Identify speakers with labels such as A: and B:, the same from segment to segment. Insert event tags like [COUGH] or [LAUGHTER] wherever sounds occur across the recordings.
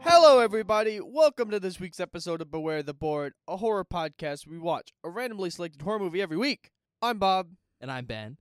A: Hello, everybody. Welcome to this week's episode of Beware the Board, a horror podcast. We watch a randomly selected horror movie every week. I'm Bob.
B: And I'm Ben.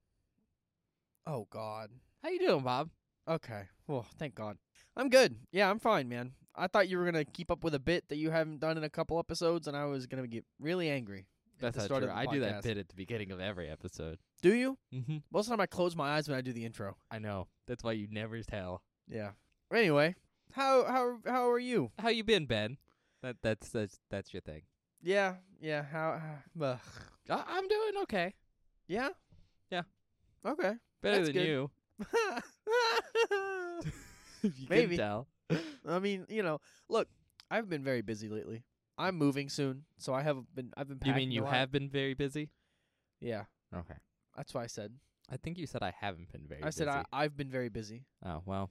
A: Oh God.
B: How you doing, Bob?
A: Okay. Well, thank God. I'm good. Yeah, I'm fine, man. I thought you were gonna keep up with a bit that you haven't done in a couple episodes, and I was gonna get really angry. at
B: That's
A: the
B: not
A: start
B: true.
A: of the
B: I do that
A: podcast.
B: bit at the beginning of every episode.
A: Do you?
B: Mm-hmm.
A: Most of the time, I close my eyes when I do the intro.
B: I know. That's why you never tell.
A: Yeah. Anyway, how how how are you?
B: How you been, Ben? That that's that's that's your thing.
A: Yeah. Yeah. How? ugh.
B: I, I'm doing okay.
A: Yeah.
B: Yeah.
A: Okay.
B: Better
A: That's
B: than
A: good.
B: [LAUGHS] you. if you
A: Maybe.
B: can tell.
A: [LAUGHS] I mean, you know, look, I've been very busy lately. I'm moving soon, so I have been. I've been.
B: You mean
A: packing a
B: you
A: lot.
B: have been very busy?
A: Yeah,
B: Okay.
A: that's what I said.
B: I think you said I haven't been very
A: I said
B: busy.
A: I, I've been very busy
B: Oh well.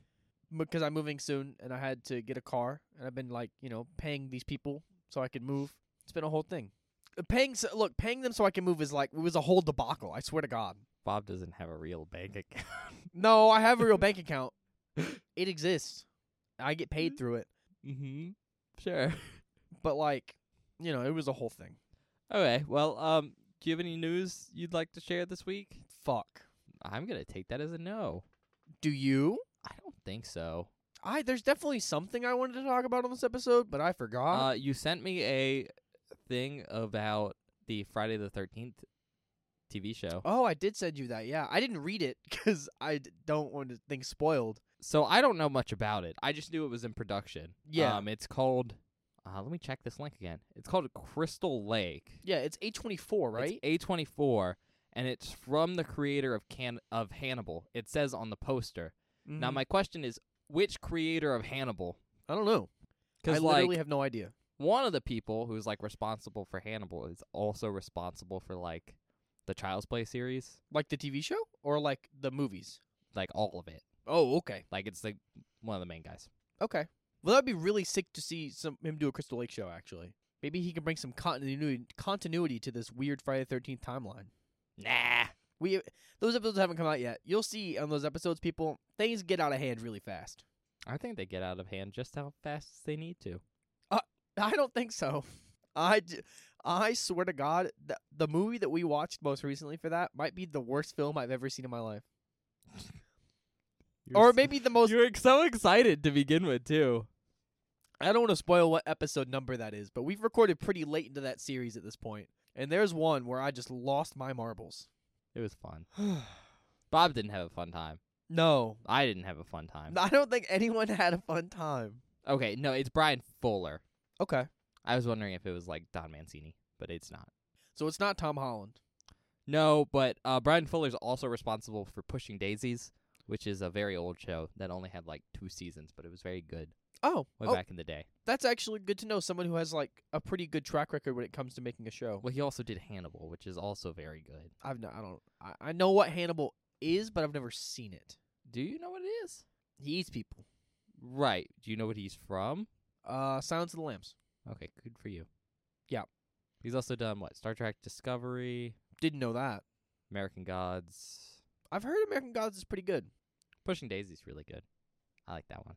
A: because I'm moving soon, and I had to get a car, and I've been like, you know, paying these people so I could move. It's been a whole thing. Uh, Paying so, look, paying them so I can move is like it was a whole debacle. I swear to God.
B: Bob doesn't have a real bank account. [LAUGHS]
A: No, I have a real bank account. It exists. I get
B: [LAUGHS]
A: paid through it,
B: mm-hmm. Sure.
A: but like, you know, it was a whole thing.
B: Okay. Well, um, do you have any news you'd like to share this week?
A: Fuck.
B: I'm gonna take that as a no.
A: Do you?
B: I don't think so.
A: I there's definitely something I wanted to talk about on this episode, but I forgot.
B: Uh, you sent me a thing about the Friday the Thirteenth TV show,
A: oh, I did send you that. Yeah, I didn't read it [LAUGHS] because I d- don't want to think spoiled.
B: so I don't know much about it. I just knew it was in production.
A: Yeah.
B: um, it's called. Uh, let me check this link again. It's called Crystal Lake.
A: Yeah, it's A24, right?
B: A twenty four, and it's from the creator of Can of Hannibal. It says on the poster. Now
A: Mhm.
B: my question is, which creator of Hannibal?
A: I don't know. I
B: Because
A: literally
B: like
A: have no idea.
B: one of the people who's like responsible for Hannibal is also responsible for like the Child's Play series,
A: Like the TV show or like the movies?
B: like all of it.
A: Oh, okay,
B: Like it's like one of the main guys.
A: okay. Well, that'd be really sick to see some him do a Crystal Lake show. Actually, maybe he can bring some continuity continuity to this weird Friday Thirteenth timeline.
B: Nah.
A: We those episodes haven't come out yet. You'll see on those episodes, people things get out of hand really fast.
B: I think they get out of hand just how fast they need to.
A: I don't think so. [LAUGHS] I, d- I swear to God, the, the movie that we watched most recently for that might be the worst film I've ever seen in my life, or
B: [LAUGHS]
A: maybe the most.
B: you were so excited to begin with too.
A: I don't want to spoil what episode number that is, but we've recorded pretty late into that series at this point, and there's one where I just lost my marbles.
B: It was fun. Bob didn't have a fun time.
A: [SIGHS] no,
B: I didn't have a fun time.
A: I don't think anyone [LAUGHS] had a fun time.
B: Okay, no, it's Brian Fuller.
A: Okay,
B: I was wondering if it was like Don Mancini, but it's not.
A: so it's not Tom Holland.
B: No, but uh, Brian Fuller's also responsible for Pushing Daisies, which is a very old show that only had like two seasons, but it was very good
A: Oh,
B: way
A: oh
B: back in the day.
A: that's actually good to know. Someone who has like a pretty good track record when it comes to making a show.
B: Well, he also did Hannibal, which is also very good.
A: I've no, I don't. I, I know what Hannibal is, but I've never seen it.
B: Do you know what it is?
A: He eats people.
B: Right. Do you know what he's from?
A: Uh, Silence of the Lambs.
B: Okay, good for you.
A: Yeah.
B: He's also done what? Star Trek Discovery,
A: Didn't know that.
B: American Gods.
A: I've heard American Gods is pretty good.
B: Pushing Daisy's really good. I like that one.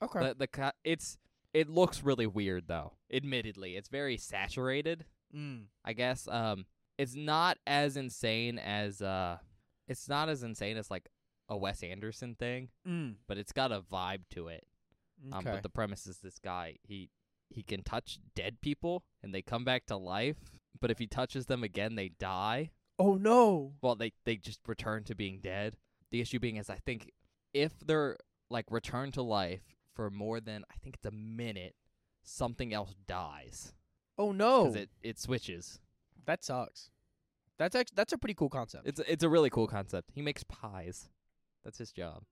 A: Okay.
B: The the co- it's it looks really weird though. Admittedly, it's very saturated.
A: mm.
B: I guess um it's not as insane as uh it's not as insane as like a Wes Anderson thing,
A: Mm.
B: but it's got a vibe to it. Um
A: Okay.
B: but the premise is this guy, he he can touch dead people and they come back to life, but if he touches them again they die.
A: oh no.
B: Well, they they just return to being dead. The issue being is I think if they're like returned to life for more than I think it's a minute, something else dies
A: Oh no.
B: cuz it it switches.
A: that sucks. That's actually that's a pretty cool [LAUGHS] concept.
B: It's it's a really cool concept. He makes pies. That's his job.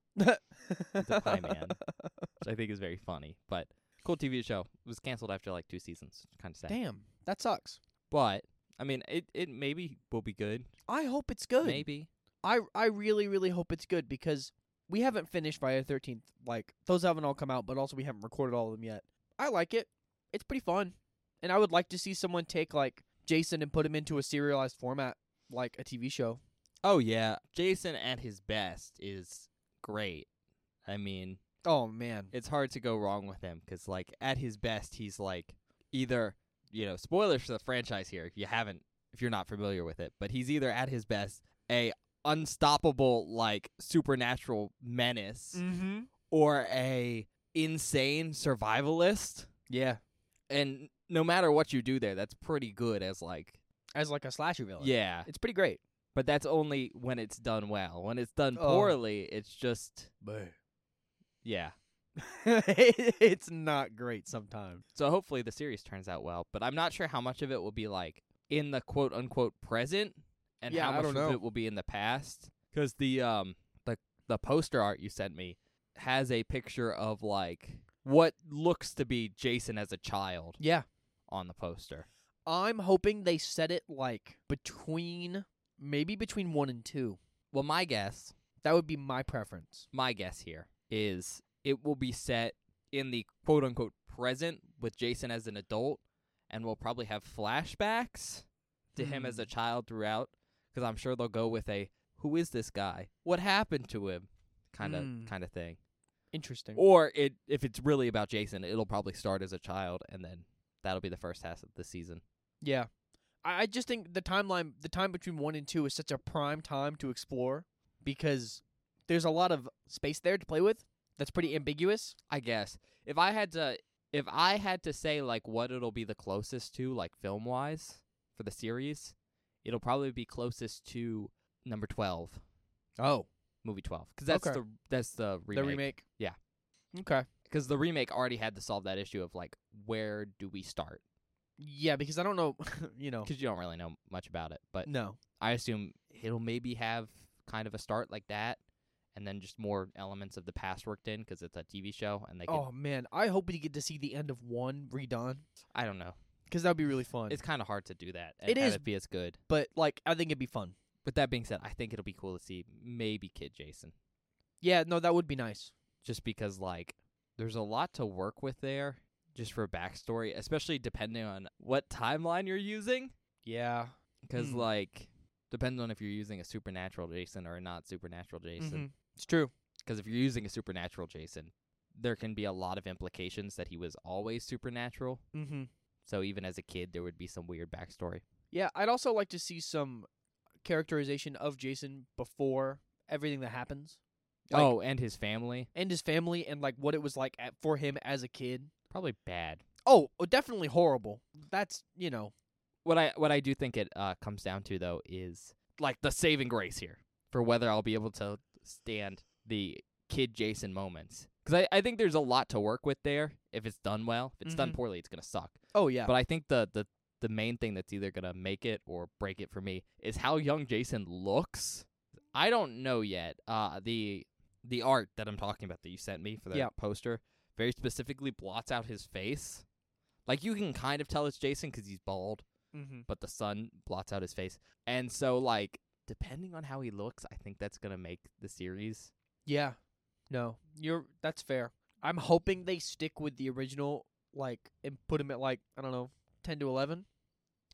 B: He's a pie
A: [LAUGHS]
B: man, which I think is very funny. But cool TV show. It was canceled after like two seasons. Kind of sad.
A: Damn, that sucks.
B: But I mean, it it maybe will be good.
A: I hope it's good.
B: Maybe.
A: I I really really hope it's good because we haven't finished Friday the Thirteenth. Like those haven't all come out, but also we haven't recorded all of them yet. I like it. It's pretty fun, and I would like to see someone take like Jason and put him into a serialized format, like a TV show.
B: Oh yeah, Jason at his best is great. I mean,
A: Oh man.
B: it's hard to go wrong with him because like at his best he's like either you know spoilers for the franchise here if you haven't if you're not familiar with it but he's either at his best a unstoppable like supernatural menace
A: Mm-hmm.
B: or a insane survivalist
A: Yeah.
B: and no matter what you do there that's pretty good as like
A: As like a slasher villain.
B: yeah
A: It's pretty great.
B: but that's only when it's done well when it's done
A: Oh.
B: poorly it's just yeah
A: [LAUGHS] it's not great sometimes.
B: So hopefully the series turns out well, but I'm not sure how much of it will be like in the quote unquote present and
A: Yeah,
B: how
A: I
B: much
A: don't
B: of
A: know.
B: it will be in the past. Because the um the the poster art you sent me has a picture of like what looks to be Jason as a child
A: Yeah.
B: on the poster.
A: I'm hoping they set it like between maybe between one and two.
B: Well, my guess,
A: That would be my preference.
B: my guess here is it will be set in the quote unquote present with Jason as an adult, and we'll probably have flashbacks to him as
A: Hmm.
B: a child throughout. Because I'm sure they'll go with a "Who is this guy? What happened to him?" kind of
A: Hmm.
B: kind of thing.
A: Interesting.
B: Or it if it's really about Jason, it'll probably start as a child, and then that'll be the first half of the season.
A: yeah. I, I just think the timeline the time between one and two is such a prime time to explore because there's a lot of space there to play with that's pretty ambiguous.
B: I guess if I had to if I had to say like what it'll be the closest to like film wise for the series, it'll probably be closest to number 12,
A: Oh.
B: movie 12 cuz that's
A: Okay.
B: the that's the remake.
A: The remake.
B: Yeah.
A: Okay.
B: Cuz the remake already had to solve that issue of like where do we start?
A: Yeah, because I don't know [LAUGHS] you know.
B: Cuz you don't really know much about it, but
A: No.
B: I assume it'll maybe have kind of a start like that and then just more elements of the past worked in cuz it's a TV show and they could,
A: Oh man, I hope we get to see the end of one redone
B: I don't know.
A: because that would be really fun.
B: It's kind of hard to do that and
A: It
B: have
A: is-
B: it be as good.
A: but like, I think it'd be fun.
B: But that being said, I think it'll be cool to see maybe Kid Jason,
A: Yeah, no, that would be nice.
B: just because like there's a lot to work with there, just for backstory, especially depending on what timeline you're using.
A: Yeah.
B: 'Cause
A: Mm.
B: like depends on if you're using a supernatural Jason or a not supernatural Jason.
A: Mm-hmm. It's true.
B: 'Cause if you're using a supernatural Jason, there can be a lot of implications that he was always supernatural.
A: Mm-hmm.
B: So even as a kid, there would be some weird backstory.
A: Yeah, I'd also like to see some characterization of Jason before everything that happens. Like-
B: oh, and his family
A: And his family and like what it was like at, for him as a kid.
B: probably bad.
A: Oh, oh, definitely horrible. That's you know.
B: what I what I do think it uh, comes down to though is like the saving grace here for whether I'll be able to stand the kid Jason moments because I, I think there's a lot to work with there if it's done well if it's done
A: Mhm.
B: poorly it's gonna suck
A: Oh yeah.
B: but I think the the the main thing that's either gonna make it or break it for me is how young Jason looks I don't know yet uh the the art that I'm talking about that you sent me for the
A: Yeah.
B: poster very specifically blots out his face like you can kind of tell it's Jason 'cause he's bald
A: mm-hmm.
B: but the sun blots out his face. And so like depending on how he looks, I think that's going to make the series.
A: Yeah. No, you're that's fair. I'm hoping they stick with the original like and put him at like I don't know ten to eleven.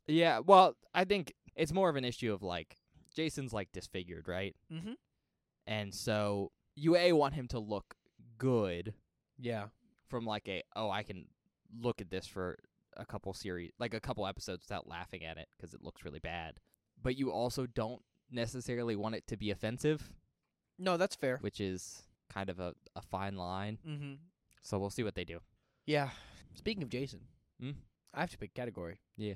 B: Yeah, well, I think it's more of an issue of like Jason's like disfigured, right?
A: Mhm.
B: And so you a want him to look good
A: Yeah.
B: from like a oh, I can look at this for a couple series, like a couple episodes without laughing at it 'cause it looks really bad. But you also don't necessarily want it to be offensive,
A: No, that's fair.
B: which is kind of a, a fine line.
A: Mm-hmm.
B: So we'll see what they do.
A: Yeah. Speaking of Jason,
B: Mm.
A: I have to pick category.
B: Yeah.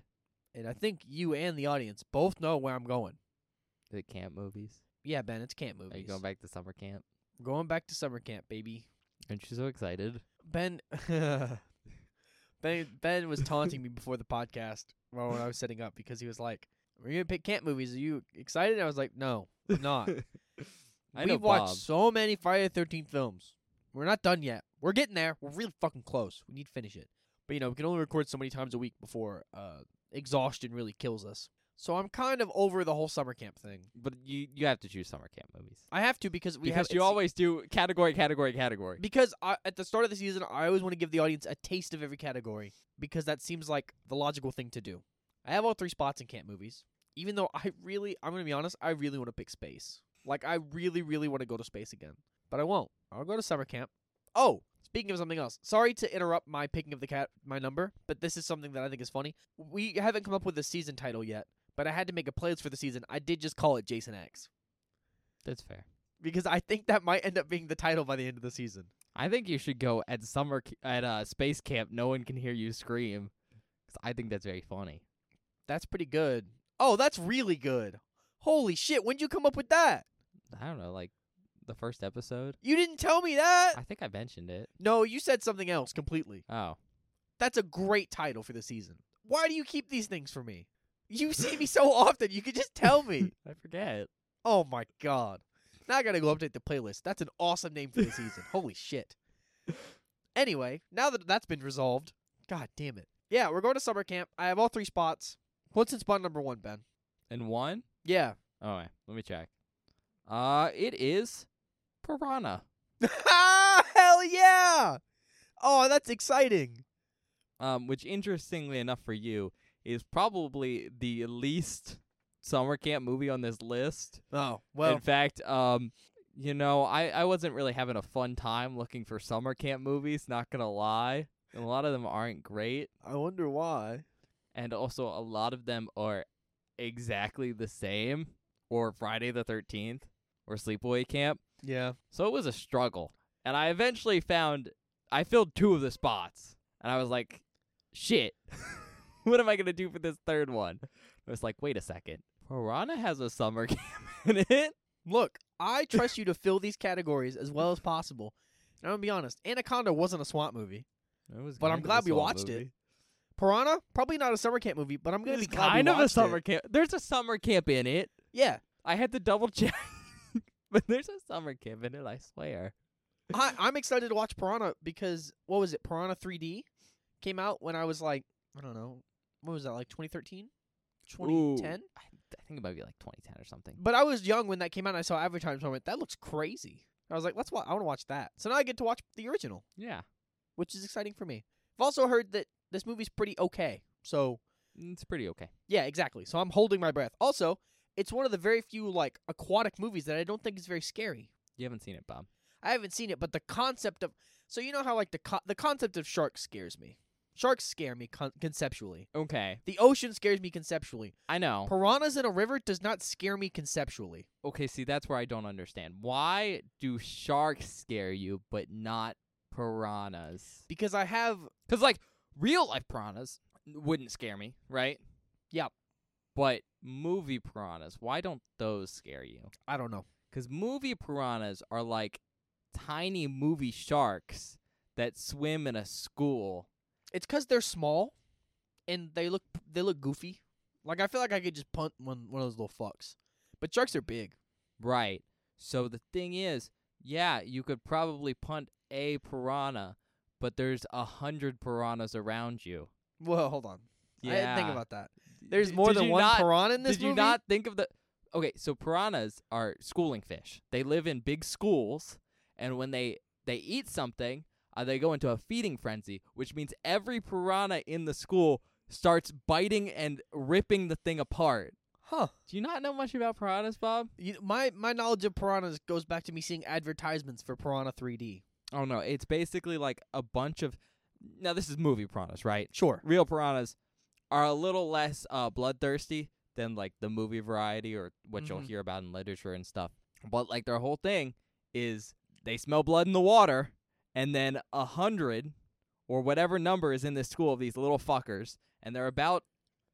A: And I think you and the audience both know where I'm going.
B: The camp movies.
A: Yeah, Ben, it's camp movies.
B: Are you going back to summer camp?
A: Going back to summer camp, baby.
B: Aren't you so excited?
A: Ben [LAUGHS] Ben Ben was taunting me before the podcast well, when I was setting up because he was like, We're gonna pick camp movies. Are you excited? And I was like, No, I'm not.
B: [LAUGHS] I know
A: We've watched
B: Bob.
A: so many Friday the Thirteenth films. We're not done yet. We're getting there. We're really fucking close. We need to finish it. But you know, we can only record so many times a week before uh, exhaustion really kills us. So I'm kind of over the whole summer camp thing.
B: But you you have to choose summer camp movies.
A: I have to because we
B: because
A: have
B: you
A: it's-
B: always do category, category, category.
A: because I, at the start of the season I always want to give the audience a taste of every category because that seems like the logical thing to do. I have all three spots in camp movies, even though I really I'm gonna be honest I really want to pick space. Like I really really want to go to space again, but I won't. I'll go to summer camp. Oh, speaking of something else, sorry to interrupt my picking of the cat my number, but this is something that I think is funny. We haven't come up with a season title yet, but I had to make a playlist for the season. I did just call it Jason X
B: That's fair.
A: because I think that might end up being the title by the end of the season.
B: I think you should go at summer c- at uh, space camp. No one can hear you scream. 'Cause I think that's very funny.
A: That's pretty good. Oh, that's really good. Holy shit, when'd you come up with that?
B: I don't know, like the first episode.
A: You didn't tell me that.
B: I think I mentioned it.
A: No, you said something else completely.
B: Oh,
A: That's a great title for the season. Why do you keep these things from me? You see me so often, you could just tell me.
B: I forget.
A: Oh my god. Now I gotta go update the playlist. That's an awesome name for the season. Holy shit. Anyway, now that that's been resolved, god damn it. Yeah, we're going to summer camp. I have all three spots. What's in spot number one, Ben?
B: And one.
A: Yeah.
B: Oh, wait, let me check. Uh, it is Piranha.
A: ah, [LAUGHS] hell yeah! Oh, that's exciting.
B: Um, which interestingly enough for you is probably the least summer camp movie on this list.
A: Oh,
B: in fact, um, you know, I, I wasn't really having a fun time looking for summer camp movies, not gonna lie. And a lot of them aren't great,
A: I wonder why.
B: and also a lot of them are exactly the same, or Friday the 13th, or Sleepaway Camp.
A: Yeah.
B: So it was a struggle. And I eventually found I filled two of the spots. And I was like, shit. [LAUGHS] what am I gonna do for this third one? I was like, wait a second. Piranha has a summer [LAUGHS] camp in it.
A: Look, I trust you to fill these categories as well as possible. And I'm gonna be honest, Anaconda wasn't a swamp movie.
B: It was
A: But I'm
B: kind of a
A: glad we
B: summer
A: watched it.
B: movie.
A: Piranha, probably not a summer camp movie, but I'm gonna
B: It's
A: be glad we
B: kind of a
A: watched it.
B: summer camp. There's a summer camp in it.
A: [LAUGHS] Yeah,
B: I had to double check, [LAUGHS] but there's a summer camp in it. I swear.
A: I, I'm excited to watch Piranha because what was it? Piranha 3D came out when I was like, I don't know, what was that like 2013, 2010?
B: I, I think it might be like 2010 or something.
A: But I was young when that came out. and I saw advertisements. I went, that looks crazy. I was like, let's watch. I want to watch that. So now I get to watch the original,
B: Yeah,
A: which is exciting for me. I've also heard that this movie's pretty okay. So
B: Mm, it's pretty okay.
A: yeah, exactly. So I'm holding my breath. Also, it's one of the very few like aquatic movies that I don't think is very scary.
B: You haven't seen it, Bob.
A: I haven't seen it, but the concept of so you know how like the co- the concept of sharks scares me. Sharks scare me con- conceptually.
B: Okay,
A: The ocean scares me conceptually.
B: I know.
A: Piranhas in a river does not scare me conceptually.
B: okay, see, that's where I don't understand. Why do sharks scare you, but not piranhas?
A: Because I have
B: Because like real life piranhas wouldn't scare me, right?
A: Yep.
B: But movie piranhas, why don't those scare you?
A: I don't know.
B: Because movie piranhas are like tiny movie sharks that swim in a school.
A: It's cuz they're small and they look they look goofy. Like I feel like I could just punt one one of those little fucks. But sharks are big.
B: Right. So the thing is, yeah, you could probably punt a piranha, but there's a hundred piranhas around you.
A: Whoa, hold on. I didn't think
B: Yeah.
A: about that. There's
B: D-
A: more
B: did
A: than
B: you
A: one
B: not-
A: piranha in this
B: Did
A: movie.
B: you not think of the? Okay, so piranhas are schooling fish. They live in big schools, and when they they eat something, uh, they go into a feeding frenzy, which means every piranha in the school starts biting and ripping the thing apart.
A: Huh.
B: Do you not know much about piranhas, Bob?
A: You, my my knowledge of piranhas goes back to me seeing advertisements for Piranha 3D.
B: Oh no, it's basically like a bunch of. Now this is movie piranhas, right?
A: Sure.
B: Real piranhas are a little less uh, bloodthirsty than like the movie variety or what you'll
A: Mhm.
B: hear about in literature and stuff. But like their whole thing is they smell blood in the water, and then a hundred or whatever number is in this school of these little fuckers, and they're about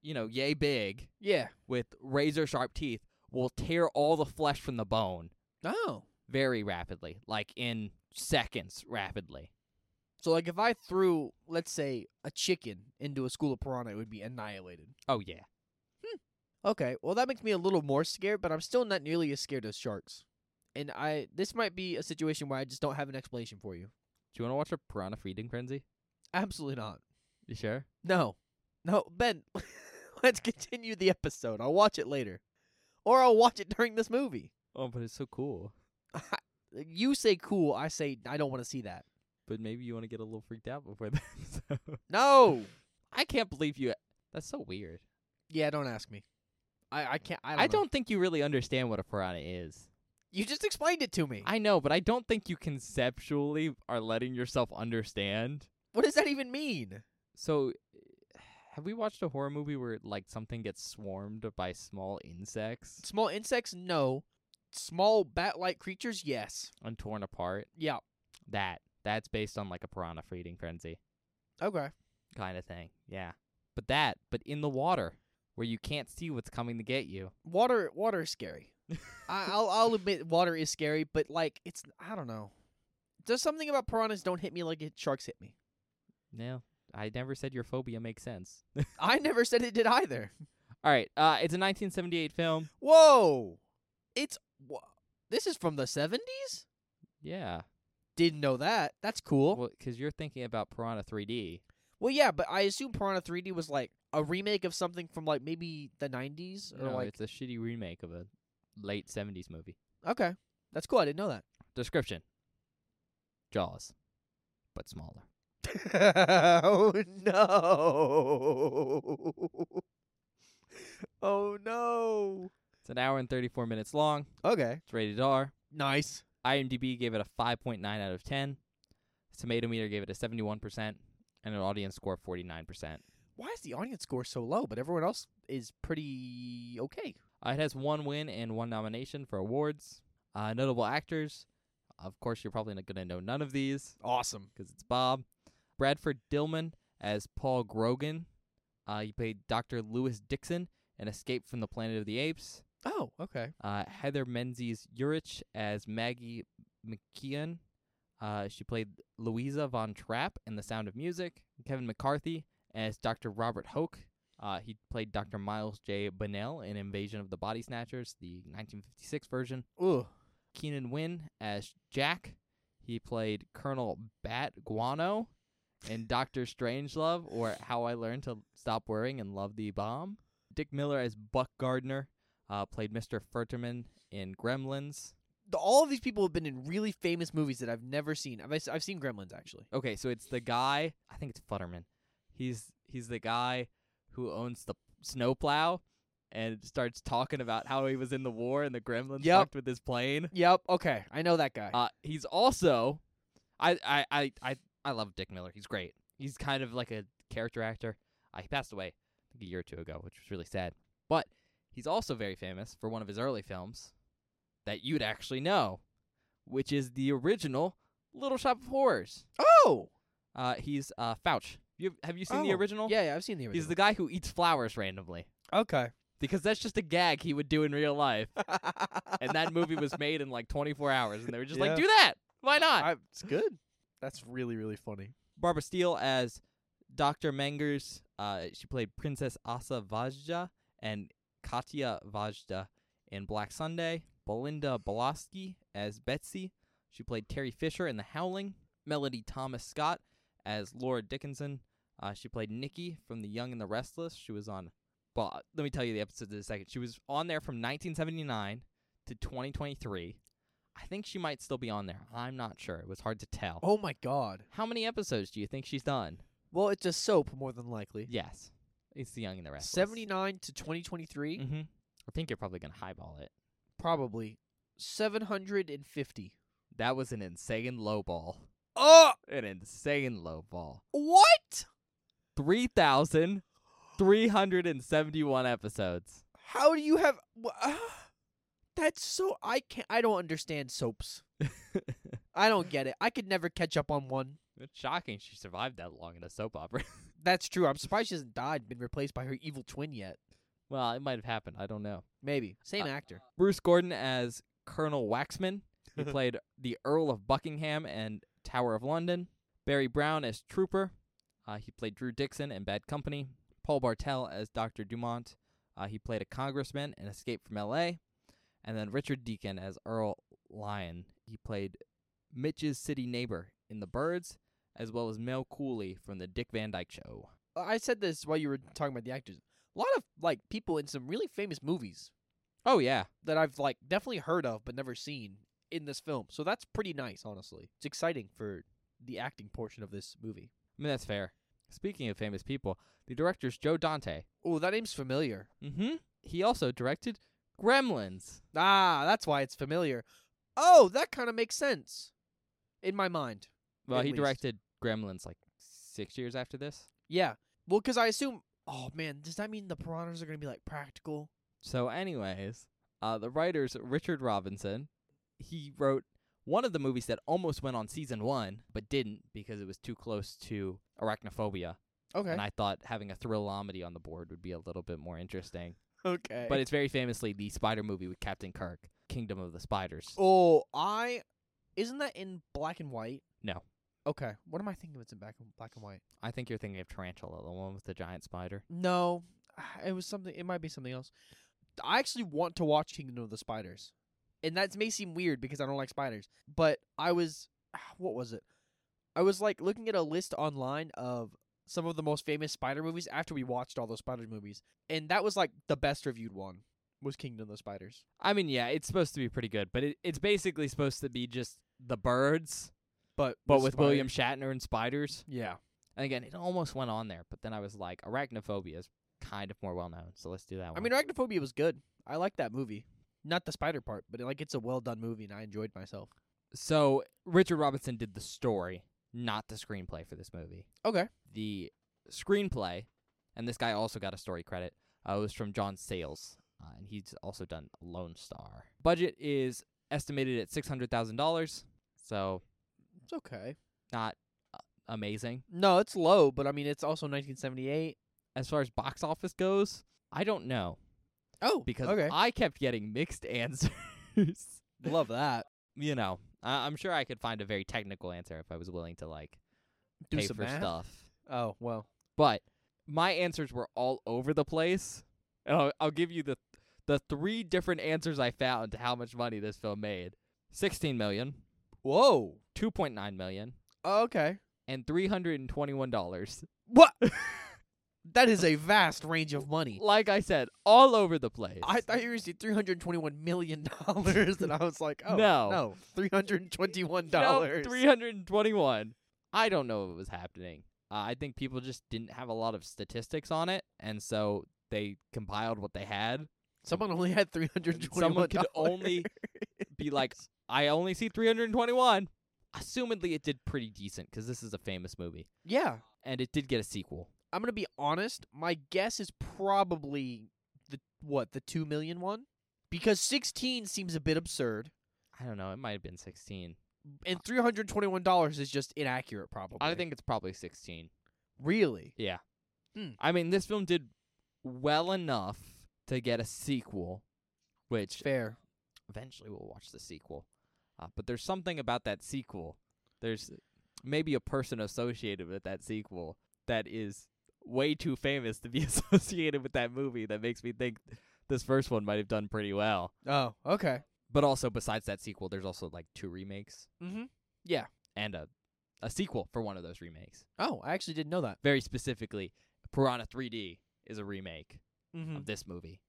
B: you know yay big
A: Yeah.
B: with razor sharp teeth, will tear all the flesh from the bone
A: Oh.
B: very rapidly, like in seconds rapidly.
A: So like if I threw let's say a chicken into a school of piranha it would be annihilated.
B: Oh yeah.
A: Okay. Well that makes me a little more scared, but I'm still not nearly as scared as sharks. And I this might be a situation where I just don't have an explanation for you.
B: Do you want to watch a piranha feeding frenzy?
A: Absolutely not.
B: You sure?
A: No. No, Ben. [LAUGHS] let's continue the episode. I'll watch it later. Or I'll watch it during this movie.
B: Oh, but it's so cool.
A: You say cool, I say I don't want to see that.
B: But maybe you want to get a little freaked out before that. [LAUGHS] so-
A: No.
B: I can't believe you. That's so weird.
A: Yeah, don't ask me. I, I can't. I don't.
B: I
A: know.
B: don't think you really understand what a piranha is.
A: You just explained it to me.
B: I know, but I don't think you conceptually are letting yourself understand.
A: what does that even mean?
B: So, [SIGHS] have we watched a horror movie where like something gets swarmed by small insects
A: Small insects, no. Small bat-like creatures, yes.
B: and torn apart?
A: Yeah.
B: That that's based on like a piranha feeding frenzy
A: Okay.
B: kind of thing. Yeah, but that but in the water where you can't see what's coming to get you.
A: Water, water is scary. [LAUGHS] I, I'll, I'll admit water is scary, but like it's, I don't know. There's something about piranhas don't hit me like it, sharks hit me.
B: No, I never said your phobia makes sense.
A: I never said it did either.
B: All right, uh, it's a 1978 film.
A: Whoa, it's wha this is from the seventies.
B: Yeah,
A: Didn't know that. That's cool. Well,
B: well, because you're thinking about Piranha 3D.
A: yeah, but I assume Piranha 3D was like a remake of something from like maybe the nineties or
B: No,
A: like.
B: it's uh, a shitty remake of a late 70s movie.
A: Okay, that's cool. I didn't know that.
B: Description: Jaws, but smaller.
A: oh no! [LAUGHS] oh no!
B: It's an hour and 34 minutes long.
A: Okay,
B: It's rated R.
A: nice.
B: IMDb gave it a 5.9 out of 10. Tomato meter gave it a 71 percent, and an audience score of 49 percent.
A: Why is the audience score so low? But everyone else is pretty okay.
B: Uh, it has one win and one nomination for awards. Uh, notable actors. Of course, you're probably not gonna know none of these.
A: Awesome.
B: because it's Bob. Bradford Dillman as Paul Grogan. Uh, he played Dr. Lewis Dixon in Escape from the Planet of the Apes.
A: Oh, okay.
B: Uh, Heather Menzies Urich as Maggie McKeon. Uh, she played Louisa Von Trapp in The Sound of Music. Kevin McCarthy as Dr. Robert Hoke. Uh, he played Dr. Miles J. Bunnell in Invasion of the Body Snatchers, the 1956 version.
A: Ooh.
B: Keenan Wynn as Jack. He played Colonel Bat Guano in Doctor Strangelove or How I Learned to Stop Worrying and Love the Bomb. Dick Miller as Buck Gardner uh, played Mr. Furterman in Gremlins.
A: the, all of these people have been in really famous movies that I've never seen. I've s- I've seen Gremlins actually.
B: Okay, so it's the guy. I think it's Futterman. He's he's the guy who owns the snowplow and starts talking about how he was in the war and the Gremlins
A: Yep.
B: fucked with his plane.
A: Yep. Okay, I know that guy.
B: Uh, he's also, I, I, I, I, I love Dick Miller. He's great. He's kind of like a character actor. Uh, he passed away I think a year or two ago, which was really sad. But he's also very famous for one of his early films that you'd actually know, which is the original Little Shop of Horrors.
A: oh,
B: Uh, he's uh, Fouch. You have you seen the
A: Oh,
B: original?
A: yeah, yeah, I've seen the
B: He's
A: original.
B: the guy who eats flowers randomly
A: [LAUGHS] okay.
B: because that's just a gag he would do in real life. And that movie was made in like 24 hours, and they were just
A: [LAUGHS] Yeah.
B: like, "Do that? Why not?"
A: I, it's good. That's really really funny.
B: Barbara Steele as Dr. Mengers. Uh, she played Princess Asa Vajda and Katya Vajda in Black Sunday. Belinda Bolosky as Betsy. She played Terry Fisher in The Howling. Melody Thomas Scott as Laura Dickinson. Uh, she played Nikki from The Young and the Restless. She was on. Well, let me tell you the episodes in a second. She was on there from 1979 to 2023. I think she might still be on there. I'm not sure. It was hard to tell.
A: Oh my god.
B: How many episodes do you think she's done?
A: Well, it's a soap more than likely.
B: Yes. It's The Young and the Restless.
A: Seventy nine to twenty twenty three,
B: Mm-hmm. I think you're probably going to highball it.
A: probably seven hundred and fifty.
B: That was an insane low ball.
A: Oh,
B: An insane low ball.
A: what?
B: 3,371 episodes.
A: How do you have? wha- [SIGHS] that's so. I can't. I don't understand soaps. I don't get it. I could never catch up on one.
B: It's shocking she survived that long in a soap opera. [LAUGHS]
A: That's true. I'm surprised she hasn't died, been replaced by her evil twin yet.
B: well, it might have happened. I don't know.
A: Maybe same
B: Uh,
A: actor.
B: Bruce Gordon as Colonel Waxman. He played the Earl of Buckingham and Tower of London. Barry Brown as Trooper. Uh, he played Drew Dixon in Bad Company. Paul Bartel as Dr. Dumont. Uh, he played a congressman in Escape from L.A. And then Richard Deacon as Earl Lyon. He played Mitch's city neighbor in The Birds, as well as Mel Cooley from The Dick Van Dyke Show.
A: I said this while you were talking about the actors. A lot of like people in some really famous movies
B: Oh, yeah.
A: that I've like definitely heard of but never seen in this film. So that's pretty nice, honestly. It's exciting for the acting portion of this movie.
B: I mean, that's fair. Speaking of famous people, the director's Joe Dante.
A: Oh, that name's familiar.
B: Mm-hmm. He also directed Gremlins.
A: Ah, that's why it's familiar. oh, that kind of makes sense in my mind.
B: Well,
A: At
B: he
A: least.
B: directed Gremlins like six years after this.
A: Yeah. Well, 'cause I assume. Oh man, does that mean the piranhas are gonna be like practical?
B: So, anyways, uh, the writers Richard Robinson, he wrote one of the movies that almost went on season one, but didn't because it was too close to arachnophobia.
A: Okay.
B: And I thought having a thrillomedy on the board would be a little bit more interesting.
A: [LAUGHS] okay.
B: But it's very famously the spider movie with Captain Kirk, Kingdom of the Spiders.
A: oh, I isn't that in black and white?
B: No.
A: Okay. What am I thinking? It's in black and black and white.
B: I think you're thinking of Tarantula, the one with the giant spider.
A: No, [SIGHS] it was something. It might be something else. I actually want to watch Kingdom of the Spiders, and that may seem weird because I don't like spiders. But I was, [SIGHS] what was it? I was like looking at a list online of some of the most famous spider movies after we watched all those spider movies, and that was like the best reviewed one was Kingdom of the Spiders.
B: I mean, yeah, it's supposed to be pretty good, but it, it's basically supposed to be just the birds,
A: But
B: but with William
A: spiders-
B: Shatner and spiders.
A: yeah.
B: And again, it almost went on there, but then I was like, arachnophobia is kind of more well known, so let's do that one.
A: I mean, Arachnophobia was good. I like that movie. Not the spider part, but like it's a well done movie, and I enjoyed myself.
B: so Richard Robinson did the story, not the screenplay for this movie.
A: Okay.
B: The screenplay, and this guy also got a story credit, uh, was from John Sayles, uh, and he's also done Lone Star. Budget is estimated at six hundred thousand dollars, so
A: It's okay.
B: not uh, amazing.
A: No, it's low, but I mean, it's also 1978.
B: as far as box office goes, I don't know
A: Oh,
B: because
A: okay,
B: [LAUGHS] I kept getting mixed [LAUGHS] answers.
A: love that.
B: you know, I- I'm sure I could find a very technical answer if I was willing to like
A: Do
B: pay
A: some
B: for
A: math?
B: stuff.
A: Oh well,
B: But my answers were all over the place, and I'll, I'll give you the the three different answers I found to how much money this film made: sixteen million,
A: whoa,
B: two point nine million,
A: Oh, okay.
B: and three hundred and twenty-one dollars.
A: What? [LAUGHS] that is
B: [LAUGHS]
A: a vast range of money.
B: Like I said, all over the place.
A: I thought you received three hundred twenty-one million dollars, and I was like, oh
B: No.
A: no, three hundred twenty-one
B: No,
A: [LAUGHS] dollars.
B: 321. I don't know what was happening. Uh, I think people just didn't have a lot of statistics on it, and so they compiled what they had.
A: Someone only had three
B: and
A: hundred twenty-one.
B: Someone could only be like, I only see 321. Assumedly, it did pretty decent because this is a famous movie,
A: [LAUGHS] yeah.
B: and it did get a sequel.
A: I'm gonna be honest. My guess is probably the what the two million one, because sixteen seems a bit absurd,
B: I don't know. It might have been 16.
A: and three hundred twenty-one dollars is just inaccurate. Probably.
B: I think it's probably 16.
A: really.
B: Yeah.
A: Hmm.
B: I mean, this film did well enough to get a sequel, which
A: Fair.
B: eventually we'll watch the sequel. Uh, but there's something about that sequel. There's maybe a person associated with that sequel that is way too famous to be [LAUGHS] associated with that movie that makes me think this first one might have done pretty well.
A: Oh, okay.
B: But also, besides that sequel, there's also like two remakes
A: Mm-hmm.
B: and a, a sequel for one of those remakes.
A: Oh, I actually didn't know that.
B: Very specifically, Piranha 3D is a remake
A: Mm-hmm.
B: of this movie,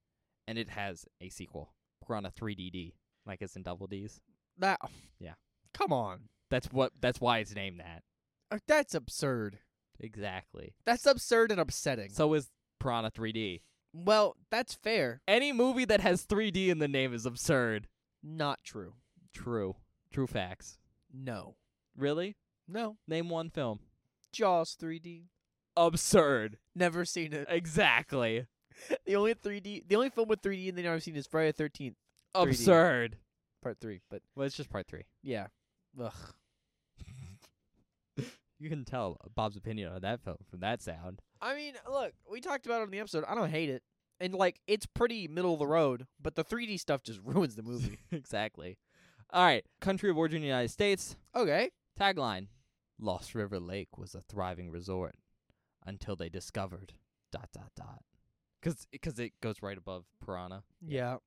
B: and it has a sequel, Piranha 3DD, like it's in double D's.
A: That.
B: Yeah.
A: Come on.
B: That's what. That's why it's named that.
A: Uh, That's absurd.
B: Exactly.
A: That's absurd and upsetting.
B: So is Piranha 3D.
A: well, that's fair.
B: Any movie that has 3D in the name is absurd.
A: Not true.
B: True. True facts.
A: No.
B: Really?
A: No.
B: Name one film.
A: Jaws 3D.
B: Absurd.
A: Never seen it.
B: [LAUGHS] Exactly.
A: The only 3D, the only film with 3D in the I've seen is Friday the 13th,
B: Absurd.
A: Part 3. But
B: Well, it's just part three.
A: yeah. Ugh.
B: You can tell Bob's opinion on that film from that [LAUGHS] sound.
A: I mean, look, we talked about it on the episode. I don't hate it. And like, it's pretty middle of the road, but the 3D stuff just [LAUGHS] ruins the
B: [LAUGHS]
A: movie.
B: exactly. All right. Country of origin, United States.
A: okay.
B: Tagline Lost River Lake was a thriving resort until they discovered dot dot dot. Cause, 'cause it goes right above Piranha.
A: Yeah.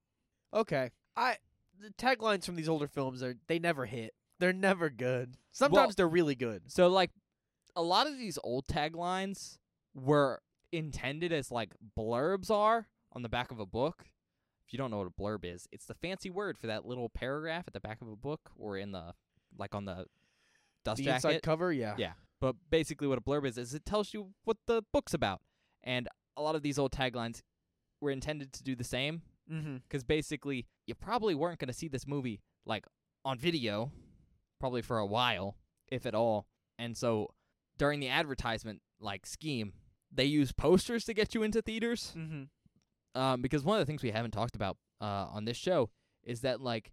A: Okay. I the taglines from these older films are they never hit. They're never good. Sometimes they're really good.
B: So like a lot of these old taglines were intended as like blurbs are on the back of a book. If you don't know what a blurb is, it's the fancy word for that little paragraph at the back of a book or in the like on the dust
A: The
B: jacket.
A: inside cover, yeah.
B: Yeah. But basically what a blurb is is it tells you what the book's about. And a lot of these old taglines were intended to do the same
A: Mm-hmm.
B: cuz basically you probably weren't going to see this movie like on video, probably for a while, if at all. And so during the advertisement like scheme, they use posters to get you into theaters.
A: Mm-hmm.
B: Um, because one of the things we haven't talked about uh, on this show is that like,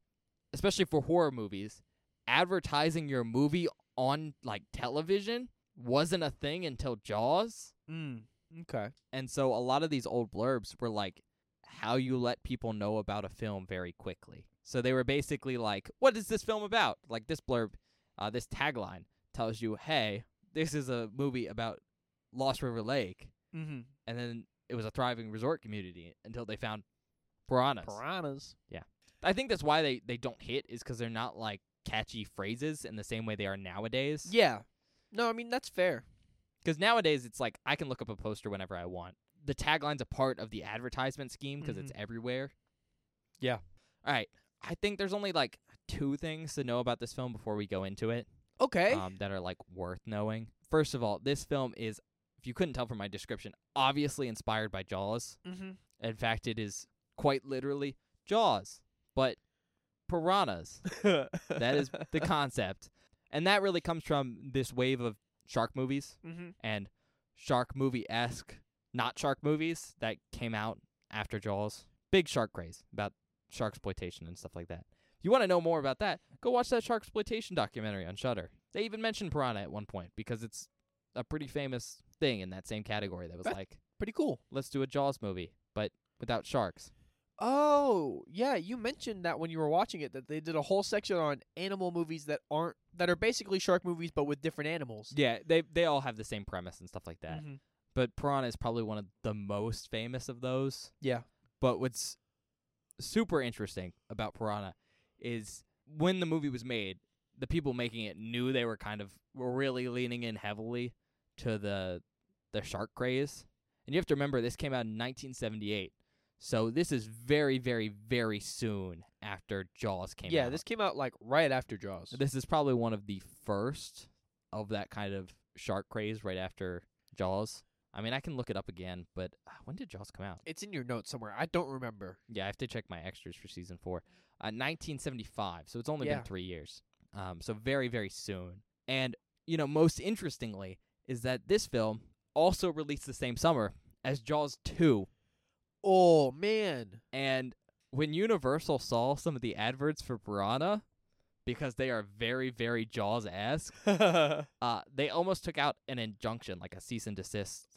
B: especially for horror movies, advertising your movie on like television wasn't a thing until Jaws.
A: Mm. Okay.
B: And so a lot of these old blurbs were like how you let people know about a film very quickly. So they were basically like, what is this film about? Like this blurb, uh, this tagline tells you, hey, this is a movie about Lost River Lake.
A: Mm-hmm.
B: And then it was a thriving resort community until they found piranhas.
A: Piranhas.
B: I think that's why they, they don't hit is because they're not like catchy phrases in the same way they are nowadays.
A: Yeah. No, I mean that's fair.
B: Because nowadays it's like I can look up a poster whenever I want. The tagline's a part of the advertisement scheme because it's everywhere.
A: Mm-hmm. Yeah.
B: All right. I think there's only like two things to know about this film before we go into it
A: Okay.
B: um, that are like worth knowing. First of all, this film is, if you couldn't tell from my description, obviously inspired by Jaws.
A: mm-hmm.
B: In fact, it is quite literally Jaws, but piranhas. That is the concept. And that really comes from this wave of shark movies
A: [LAUGHS] mm-hmm.
B: and shark movie esque, not shark movies that came out after Jaws. Big shark craze about shark exploitation and stuff like that. If you want to know more about that, go watch that shark exploitation documentary on Shudder. They even mentioned piranha at one point because it's a pretty famous thing in that same category that was
A: That-
B: like,
A: Pretty cool.
B: let's do a Jaws movie, but without sharks.
A: Oh, yeah, you mentioned that when you were watching it that they did a whole section on animal movies that aren't that are basically shark movies but with different animals.
B: Yeah, they they all have the same premise and stuff like that.
A: Mhm.
B: But piranha is probably one of the most famous of those.
A: Yeah.
B: But what's super interesting about Piranha is when the movie was made, the people making it knew they were kind of were really leaning in heavily to the the shark craze. And you have to remember this came out in 1978. So this is very very very soon after Jaws came out.
A: Yeah, this came out like right after Jaws.
B: this is probably one of the first of that kind of shark craze right after Jaws. I mean, I can look it up again, but uh, when did Jaws come out?
A: It's in your notes somewhere. I don't remember.
B: Yeah, I have to check my extras for season four. Uh, 1975, so it's only
A: Yeah.
B: been three years. Um, so very, very soon. And you know, most interestingly is that this film also released the same summer as Jaws 2.
A: Oh, [LAUGHS] man.
B: And when Universal saw some of the adverts for Piranha, because they are very, very Jaws-esque,
A: oh.
B: uh, they almost took out an injunction, like a cease and desist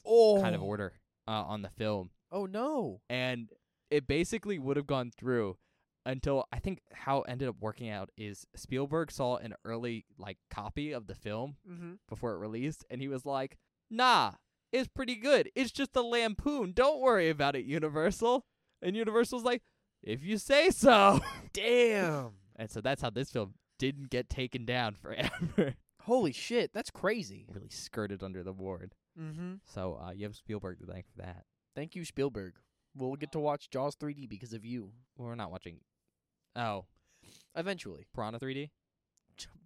B: kind of order, uh, on the film.
A: Oh no.
B: and it basically would have gone through until I think how it ended up working out is Spielberg saw an early like copy of the film
A: Mm-hmm.
B: before it released and he was like, "Nah, it's pretty good. It's just a lampoon. Don't worry about it, Universal." And Universal's like, "If you say so." [LAUGHS]
A: Damn.
B: and so that's how this film didn't get taken down forever. [LAUGHS]
A: Holy shit, that's crazy.
B: really skirted under the board.
A: Mm-hmm.
B: So uh, you have Spielberg to thank for that.
A: Thank you, Spielberg. We'll get to watch Jaws 3D because of you
B: We're not watching. Oh,
A: eventually.
B: Piranha 3D.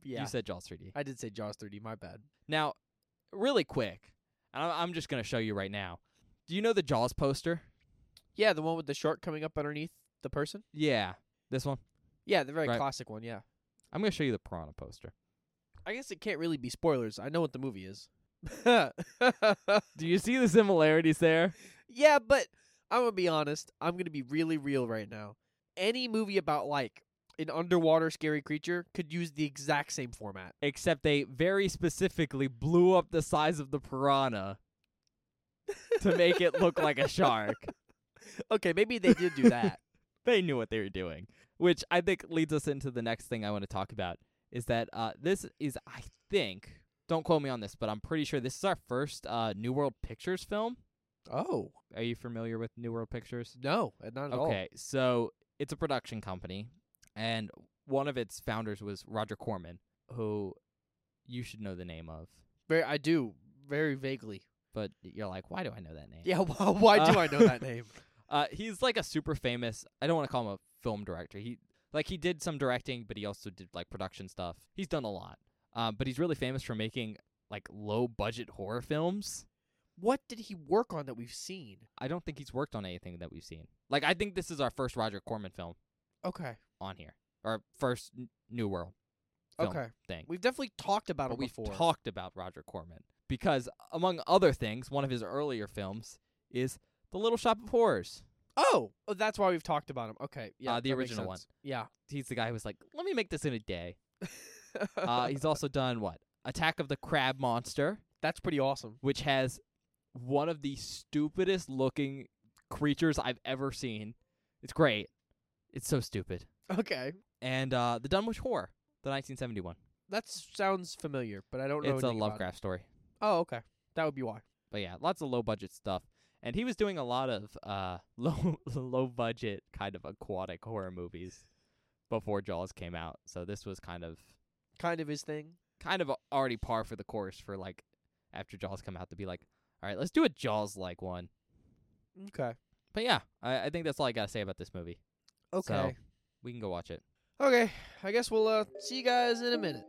A: Yeah,
B: You said Jaws 3D.
A: I did say Jaws 3D. My bad.
B: Now, really quick, and I'm I'm just going to show you right now. Do you know the Jaws poster?
A: Yeah, the one with the shark coming up underneath the person.
B: Yeah, this one.
A: Yeah, the very
B: Right.
A: classic one. Yeah.
B: I'm going to show you the piranha poster.
A: I guess it can't really be spoilers. I know what the movie is. [LAUGHS]
B: Do you see the similarities there?
A: yeah, but I'm gonna be honest. I'm gonna be really real right now. Any movie about like an underwater scary creature could use the exact same format.
B: Except they very specifically blew up the size of the piranha to make it look like a shark.
A: Okay, maybe they did do that.
B: [LAUGHS] They knew what they were doing, which I think leads us into the next thing I want to talk about is that uh, this is, I think, don't quote me on this, but I'm pretty sure this is our first uh, New World Pictures film.
A: oh
B: Are you familiar with New World Pictures?
A: no, uh, not at all.
B: Okay, so it's a production company, and one of its founders was Roger Corman, who you should know the name of,
A: Very, I do very vaguely.
B: but you're like, why do I know that name?
A: Yeah, [LAUGHS] wh- why do
B: Uh,
A: I know
B: [LAUGHS]
A: that name?
B: Uh, he's like a super famous. I don't want to call him a film director. He like he did some directing, but he also did like production stuff. He's done a lot, um, but he's really famous for making like low budget horror films.
A: What did he work on that we've seen?
B: I don't think he's worked on anything that we've seen. Like I think this is our first Roger Corman film
A: Okay,
B: on here. or first N- New World film
A: Okay.
B: thing.
A: We've definitely talked about
B: But
A: it
B: we've
A: before.
B: talked about Roger Corman because, among other things, one of his earlier films is The Little Shop of Horrors.
A: oh, oh, that's why we've talked about him. Okay. Yeah.
B: Uh, the
A: that makes
B: original one.
A: sense. Yeah.
B: He's the guy who was like, "Let me make this in a day." Uh, he's also done what? Attack of the Crab Monster,
A: [LAUGHS] that's pretty awesome.
B: which has one of the stupidest looking creatures I've ever seen. It's great. It's so stupid.
A: Okay.
B: And uh, The Dunwich Horror, the 1971.
A: That sounds familiar, but I don't know.
B: It's a
A: anything about it.
B: Lovecraft story.
A: Oh, okay. That would be why.
B: But yeah, lots of low budget stuff. And he was doing a lot of uh [LAUGHS] low low budget kind of aquatic horror movies before Jaws came out. So this was kind of
A: Kind of his thing.
B: kind of already par for the course for like after Jaws come out to be like, all right, let's do a Jaws like one.
A: Okay.
B: But yeah, I, I think that's all I gotta say about this movie.
A: Okay.
B: We can go watch it.
A: Okay. I guess we'll uh, see you guys in a minute.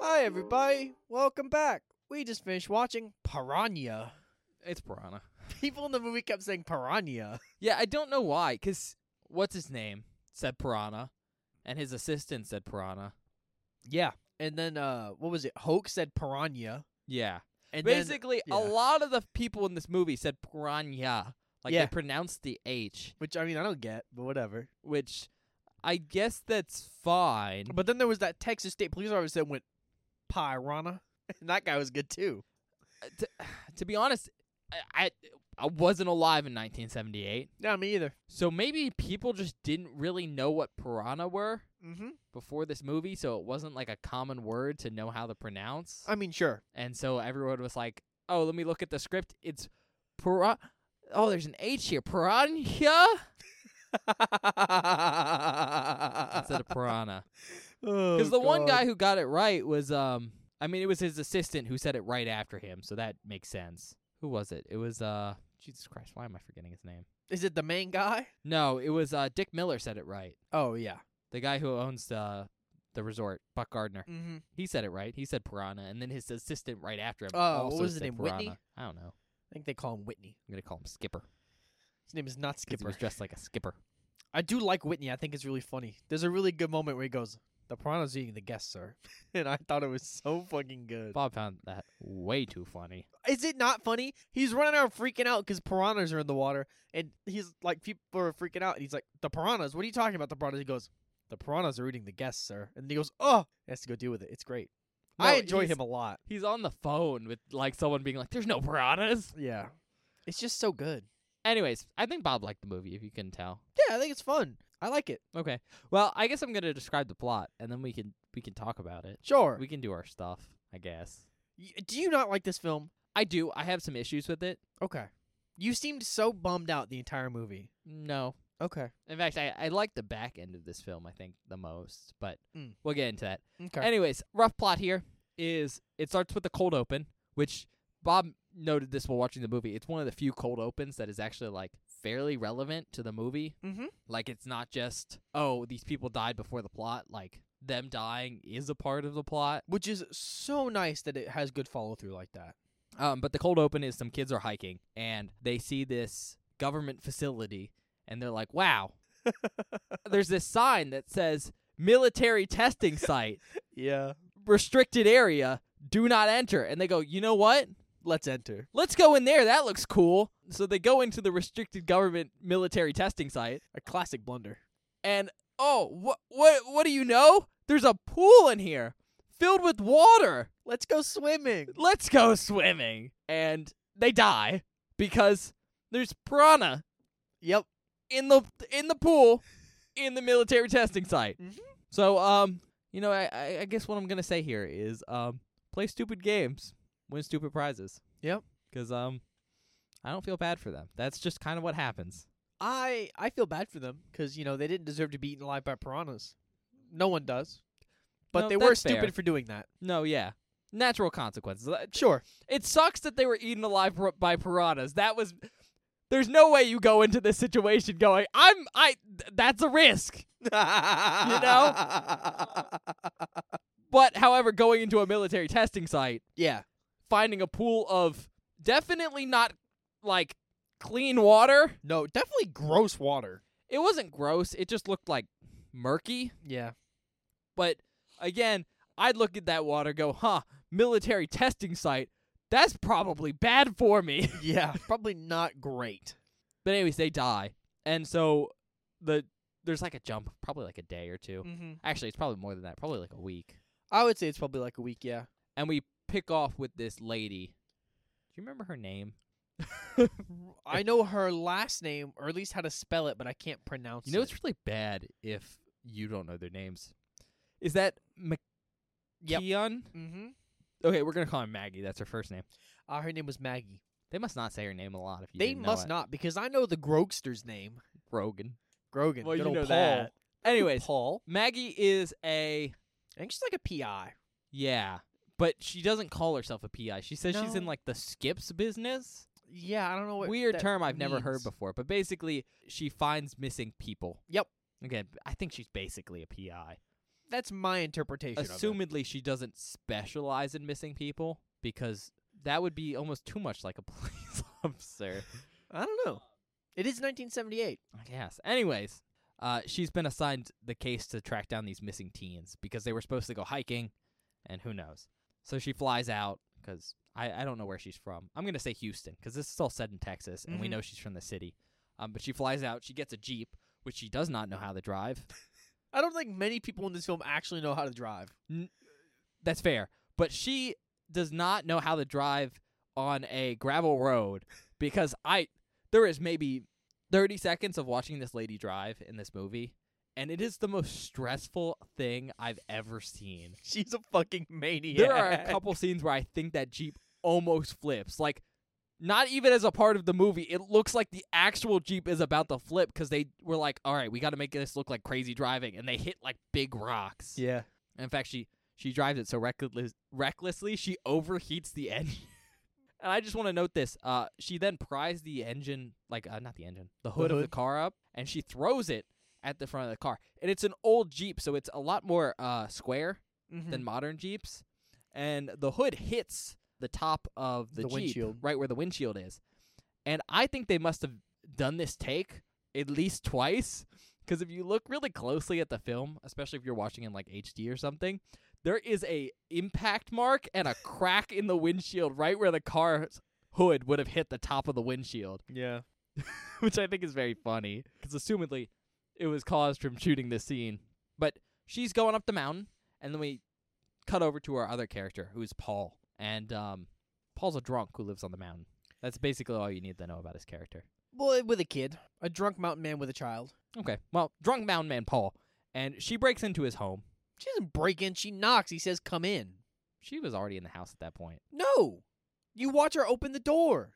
A: Hi, everybody. Welcome back. We just finished watching Piranha. [LAUGHS]
B: It's Piranha.
A: People in the movie kept saying Piranha.
B: Yeah, I don't know why, 'cause what's his name said Piranha, and his assistant said Piranha.
A: Yeah. And then, uh, what was it? Hoax said Piranha.
B: Yeah.
A: And then-
B: Basically,
A: yeah.
B: a lot of the people in this movie said piranha. Like
A: Yeah.
B: they pronounced the H,
A: which I mean, I don't get, but whatever.
B: which I guess that's fine.
A: But then there was that Texas State police officer that went Piranha. [LAUGHS] And that guy was good too.
B: Uh, to, to be honest, I, I I wasn't alive in 1978,
A: No, me either.
B: so maybe people just didn't really know what piranha were
A: Mm-hmm.
B: before this movie, so it wasn't like a common word to know how to pronounce.
A: I mean, sure. [LAUGHS]
B: and so everyone was like, "Oh, let me look at the script. It's piranha. Oh, there's an H here. Piranha
A: [LAUGHS]
B: instead of piranha."
A: Oh,
B: Because the one guy who got it right was, um, I mean, it was his assistant who said it right after him, so that makes sense. Who was it? It was, uh, Jesus Christ, why am I forgetting his name?
A: is it the main guy?
B: No, it was uh, Dick Miller said it right.
A: Oh yeah.
B: The guy who owns the the resort, Buck Gardner.
A: Mm-hmm.
B: He said it right. He said piranha, and then his assistant right after him.
A: Oh, what
B: also
A: was his
B: said
A: name, Whitney?
B: piranha. I don't know. I'm
A: I think they call him Whitney.
B: gonna call him Skipper. 'cause
A: His name is not
B: He
A: Skipper.
B: was dressed like a skipper.
A: I do like Whitney. I think it's really funny. There's a really good moment where he goes, "The piranha's eating the guests, sir," [LAUGHS] and I thought it was so fucking good.
B: Bob found that way too funny.
A: Is it not funny? He's running around freaking out because piranhas are in the water, and he's like, people are freaking out, and he's like, "The piranhas? What are you talking about? The piranhas?" He goes, "The piranhas are eating the guests, sir," and he goes, "Oh," he has to go deal with it. It's great. I
B: No,
A: enjoy
B: he's-
A: him a lot.
B: He's on the phone with like someone being like, "There's no piranhas."
A: Yeah, it's just so good.
B: Anyways, I think Bob liked the movie, if you couldn't tell.
A: Yeah, I think it's fun. I like it.
B: Okay. Well, I guess I'm gonna describe the plot, and then we can we can talk about it.
A: Sure.
B: We can do our stuff, I guess.
A: Y- Do you not like this film?
B: I do. I have some issues with it.
A: Okay. You seemed so bummed out the entire movie.
B: No.
A: Okay.
B: In fact, I, I like the back end of this film, I think, the most. But
A: Mm.
B: we'll get into that.
A: Okay.
B: Anyways, rough plot here is it starts with the cold open, which Bob noted this while watching the movie. It's one of the few cold opens that is actually like fairly relevant to the movie.
A: mm-hmm.
B: Like it's not just oh these people died before the plot. Like them dying is a part of the plot.
A: Which is so nice that it has good follow through like that.
B: Um, but the cold open is some kids are hiking and they see this government facility and they're like, wow. There's this sign that says military testing site,
A: Yeah.
B: restricted area, do not enter. And they go, you know what?
A: Let's enter.
B: Let's go in there. That looks cool. So they go into the restricted government military testing site
A: A classic blunder.
B: and oh, what what what do you know? There's a pool in here filled with water.
A: Let's go swimming.
B: Let's go swimming. And they die because there's piranha
A: Yep.
B: in the in the pool in the military testing site.
A: Mhm.
B: So um, you know, I, I I guess what I'm gonna say here is um, play stupid games, win stupid prizes.
A: Yep.
B: Because um, I don't feel bad for them. That's just kind of what happens.
A: I I feel bad for them because you know they didn't deserve to be eaten alive by piranhas. No one does. But
B: No,
A: they were
B: that's fair.
A: stupid for doing that.
B: No, yeah, natural consequences. Uh,
A: Sure.
B: It sucks that they were eaten alive pir- by piranhas. That was. There's no way you go into this situation going, I'm I. th- That's a risk.
A: you know.
B: But however, going into a military testing site.
A: Yeah.
B: finding a pool of definitely not like clean water.
A: No, definitely gross water.
B: It wasn't gross. It just looked like murky.
A: Yeah.
B: But again, I'd look at that water, go, huh, military testing site. That's probably bad for me.
A: [LAUGHS] Yeah. Probably not great.
B: but anyways, they die, and so the there's like a jump, probably like a day or two.
A: Mm-hmm.
B: Actually, it's probably more than that, probably like a week.
A: I would say it's probably like a week. Yeah.
B: And we pick off with this lady. Do you remember her name?
A: I know her last name, or at least how to spell it, but I can't pronounce
B: You know
A: it.
B: it's really bad if you don't know their names. Is that
A: Yep.
B: McKeon?
A: mm-hmm.
B: Okay, we're gonna call her Maggie. That's her first name.
A: Uh, her name was Maggie.
B: They must not say her name a lot. If you
A: they
B: didn't know
A: must
B: it.
A: not, because I know the Grogster's name.
B: Rogan.
A: Grogan.
B: Well,
A: good
B: you
A: old
B: know
A: Paul.
B: that. Anyways,
A: Paul.
B: Maggie is a
A: I think she's like a PI.
B: yeah, but she doesn't call herself a PI. She says she's in
A: No.
B: like the skips business.
A: Yeah, I don't know what
B: Weird
A: that
B: term I've never heard
A: means.
B: before, but basically she finds missing people.
A: Yep.
B: Again, I think she's basically a PI.
A: That's my interpretation. of
B: Assumedly, she doesn't specialize in missing people because that would be almost too much like a [LAUGHS] police officer.
A: it. I don't know. It is 1978.
B: I guess. Anyways, uh, she's been assigned the case to track down these missing teens because they were supposed to go hiking, and who knows. So she flies out because I, I don't know where she's from. I'm gonna say Houston because this is all said in Texas, and we
A: Mhm.
B: know she's from the city. Um, but she flies out. She gets a jeep, which she does not know how to drive.
A: I don't think many people in this film actually know how to drive. [LAUGHS]
B: That's fair, but she does not know how to drive on a gravel road because I there is maybe 30 seconds of watching this lady drive in this movie and it is the most stressful thing I've ever seen.
A: She's a fucking maniac.
B: There are a couple scenes where I think that Jeep almost flips. Like not even as a part of the movie, it looks like the actual Jeep is about to flip because they were like, "All right, we got to make this look like crazy driving," and they hit like big rocks.
A: [LAUGHS] Yeah.
B: And in fact, she she drives it so reckless, recklessly she overheats the engine. [LAUGHS] and I just want to note this: uh, she then pries the engine, like uh, not the engine, the hood, of the
A: hood.
B: car up, and she throws it at the front of the car. And it's an old Jeep, so it's a lot more uh, square
A: Mhm.
B: than modern Jeeps. And the hood hits the top of the,
A: The
B: Jeep,
A: windshield.
B: right where the windshield is. And I think they must have done this take at least twice. Because if you look really closely at the film, especially if you're watching in like HD or something, there is a impact mark and a crack in the windshield right where the car's hood would have hit the top of the windshield,
A: yeah.
B: [LAUGHS] which I think is very funny. Because assumedly, it was caused from shooting this scene. But she's going up the mountain, and then we cut over to our other character, who is Paul. And um, Paul's a drunk who lives on the mountain. That's basically all you need to know about his character.
A: Well, with a kid, a drunk mountain man with a child.
B: Okay. Well, drunk mountain man Paul, and she breaks into his home.
A: She doesn't break in. She knocks. He says, "Come in."
B: She was already in the house at that point.
A: No, you watch her open the door.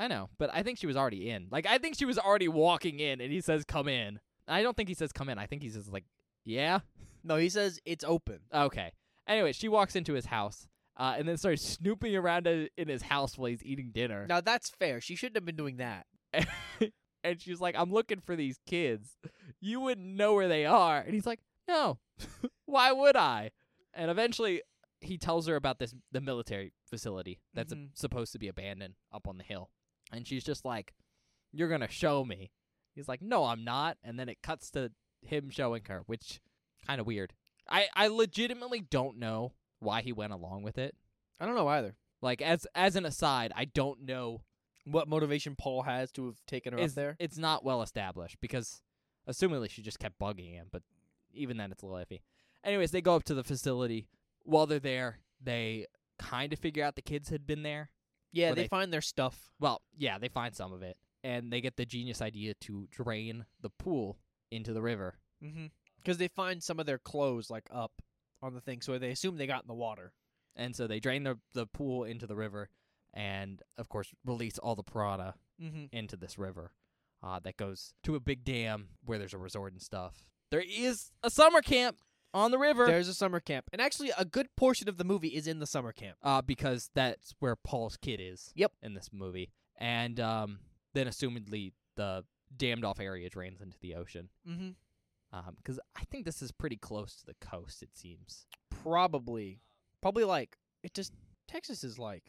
B: I know, but I think she was already in. Like I think she was already walking in, and he says, "Come in." I don't think he says, "Come in." I think he says, "Like, yeah,
A: No, he says it's open.
B: okay." Anyway, she walks into his house, uh, and then starts snooping around i- in his house while he's eating dinner.
A: Now that's fair. She shouldn't have been doing that.
B: and she's like, "I'm looking for these kids. You wouldn't know where they are." And he's like, "No, [LAUGHS] why would I?" And eventually, he tells her about this the military facility that's a-
A: Mhm.
B: supposed to be abandoned up on the hill, and she's just like, "You're gonna show me." He's like, "No, I'm not." And then it cuts to him showing her, which kind of weird. I I legitimately don't know why he went along with it.
A: I don't know either.
B: Like as as an aside, I don't know
A: What motivation Paul has to have taken her
B: is-
A: up there?
B: It's not well established because, assumingly, she just kept bugging him. But even then, it's a little iffy. Anyways, they go up to the facility. While they're there, they kind of figure out the kids had been there.
A: Yeah,
B: where
A: they,
B: they-
A: find their stuff.
B: Well, yeah, they find some of it, and they get the genius idea to drain the pool into the river.
A: Mm-hmm. Because they find some of their clothes like up on the thing, so they assume they got in the water.
B: And so they drain the the pool into the river, and of course release all the piranha
A: Mm-hmm.
B: into this river. Uh, that goes to a big dam where there's a resort and stuff. There is a summer camp on the river.
A: There's a summer camp, and actually, a good portion of the movie is in the summer camp.
B: uh, because that's where Paul's kid is.
A: Yep.
B: In this movie, and um, then assumedly the dammed off area drains into the ocean.
A: Mm-hmm.
B: Um, 'cause I think this is pretty close to the coast. It seems.
A: Probably, probably like it just Texas is like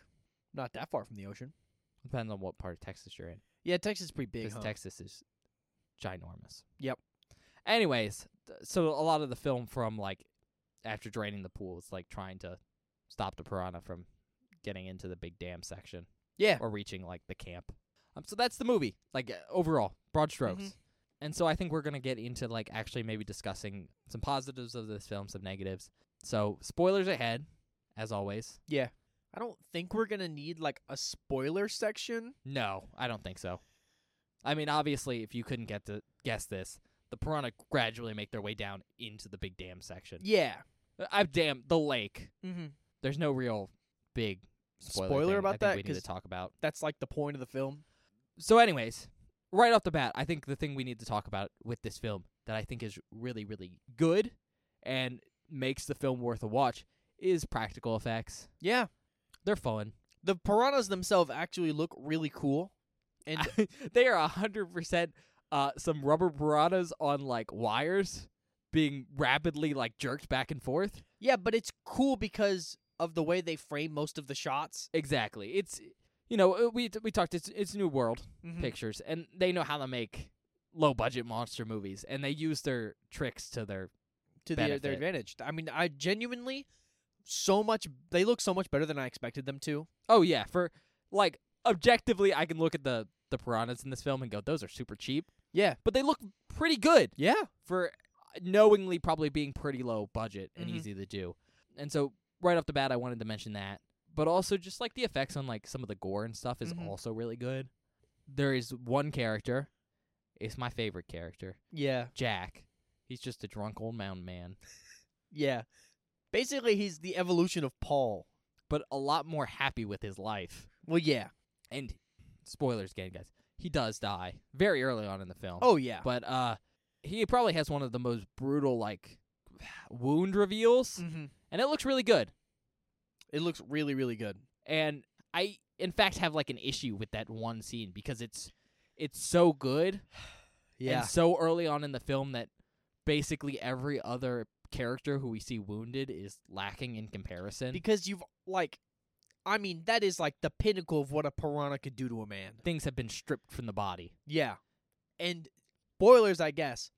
A: not that far from the ocean.
B: Depends on what part of Texas you're in.
A: Yeah, Texas is pretty big.
B: 'cause
A: huh?
B: Texas is ginormous.
A: Yep.
B: Anyways, th- so a lot of the film from like after draining the pool is like trying to stop the piranha from getting into the big dam section
A: yeah.
B: or reaching like the camp. Um, so that's the movie, like uh, overall, broad strokes.
A: Mhm.
B: And so I think we're gonna get into like actually maybe discussing some positives of this film, some negatives. So spoilers ahead, as always.
A: I don't think we're gonna need like a spoiler section.
B: No, I don't think so. I mean, obviously, if you couldn't get to guess this, the piranha gradually make their way down into the big dam section.
A: Yeah.
B: Uh, I damn the lake.
A: Mm-hmm.
B: There's no real big spoiler,
A: Spoiler
B: thing I
A: about
B: think
A: that?
B: We need to
A: 'Cause-
B: talk about.
A: That's like the point of the film.
B: So, anyways, right off the bat, I think the thing we need to talk about with this film that I think is really, really good and makes the film worth a watch is practical effects.
A: Yeah.
B: They're fun.
A: The piranhas themselves actually look really cool. And
B: they are a hundred percent uh some rubber piranhas on like wires being rapidly like jerked back and forth.
A: yeah, but it's cool because of the way they frame most of the shots.
B: Exactly. It's you know, uh, we we talked it's it's New World
A: Mhm.
B: Pictures and they know how to make low budget monster movies and they use their tricks to their
A: to their, their
B: benefit.
A: advantage. I mean, I genuinely so much they look so much better than I expected them to.
B: Oh yeah, for like objectively I can look at the the piranhas in this film and go those are super cheap,
A: Yeah.
B: but they look pretty good.
A: Yeah.
B: for knowingly probably being pretty low budget and
A: Mhm.
B: easy to do. And so right off the bat I wanted to mention that. But also just like the effects on like some of the gore and stuff is
A: Mhm.
B: also really good. There is one character, it's my favorite character,
A: Yeah.
B: Jack. He's just a drunk old mountain man,
A: Yeah. Basically he's the evolution of Paul.
B: but a lot more happy with his life.
A: Well, yeah.
B: And spoilers again, guys. He does die very early on in the film.
A: Oh yeah.
B: But uh he probably has one of the most brutal like [SIGHS] wound reveals
A: Mhm.
B: and it looks really good.
A: It looks really really good.
B: and I in fact have like an issue with that one scene because it's it's so good
A: Yeah.
B: and so early on in the film that basically every other character who we see wounded is lacking in comparison.
A: because you've like I mean, that is like the pinnacle of what a piranha could do to a man.
B: Things have been stripped from the body.
A: Yeah. And boilers, I guess.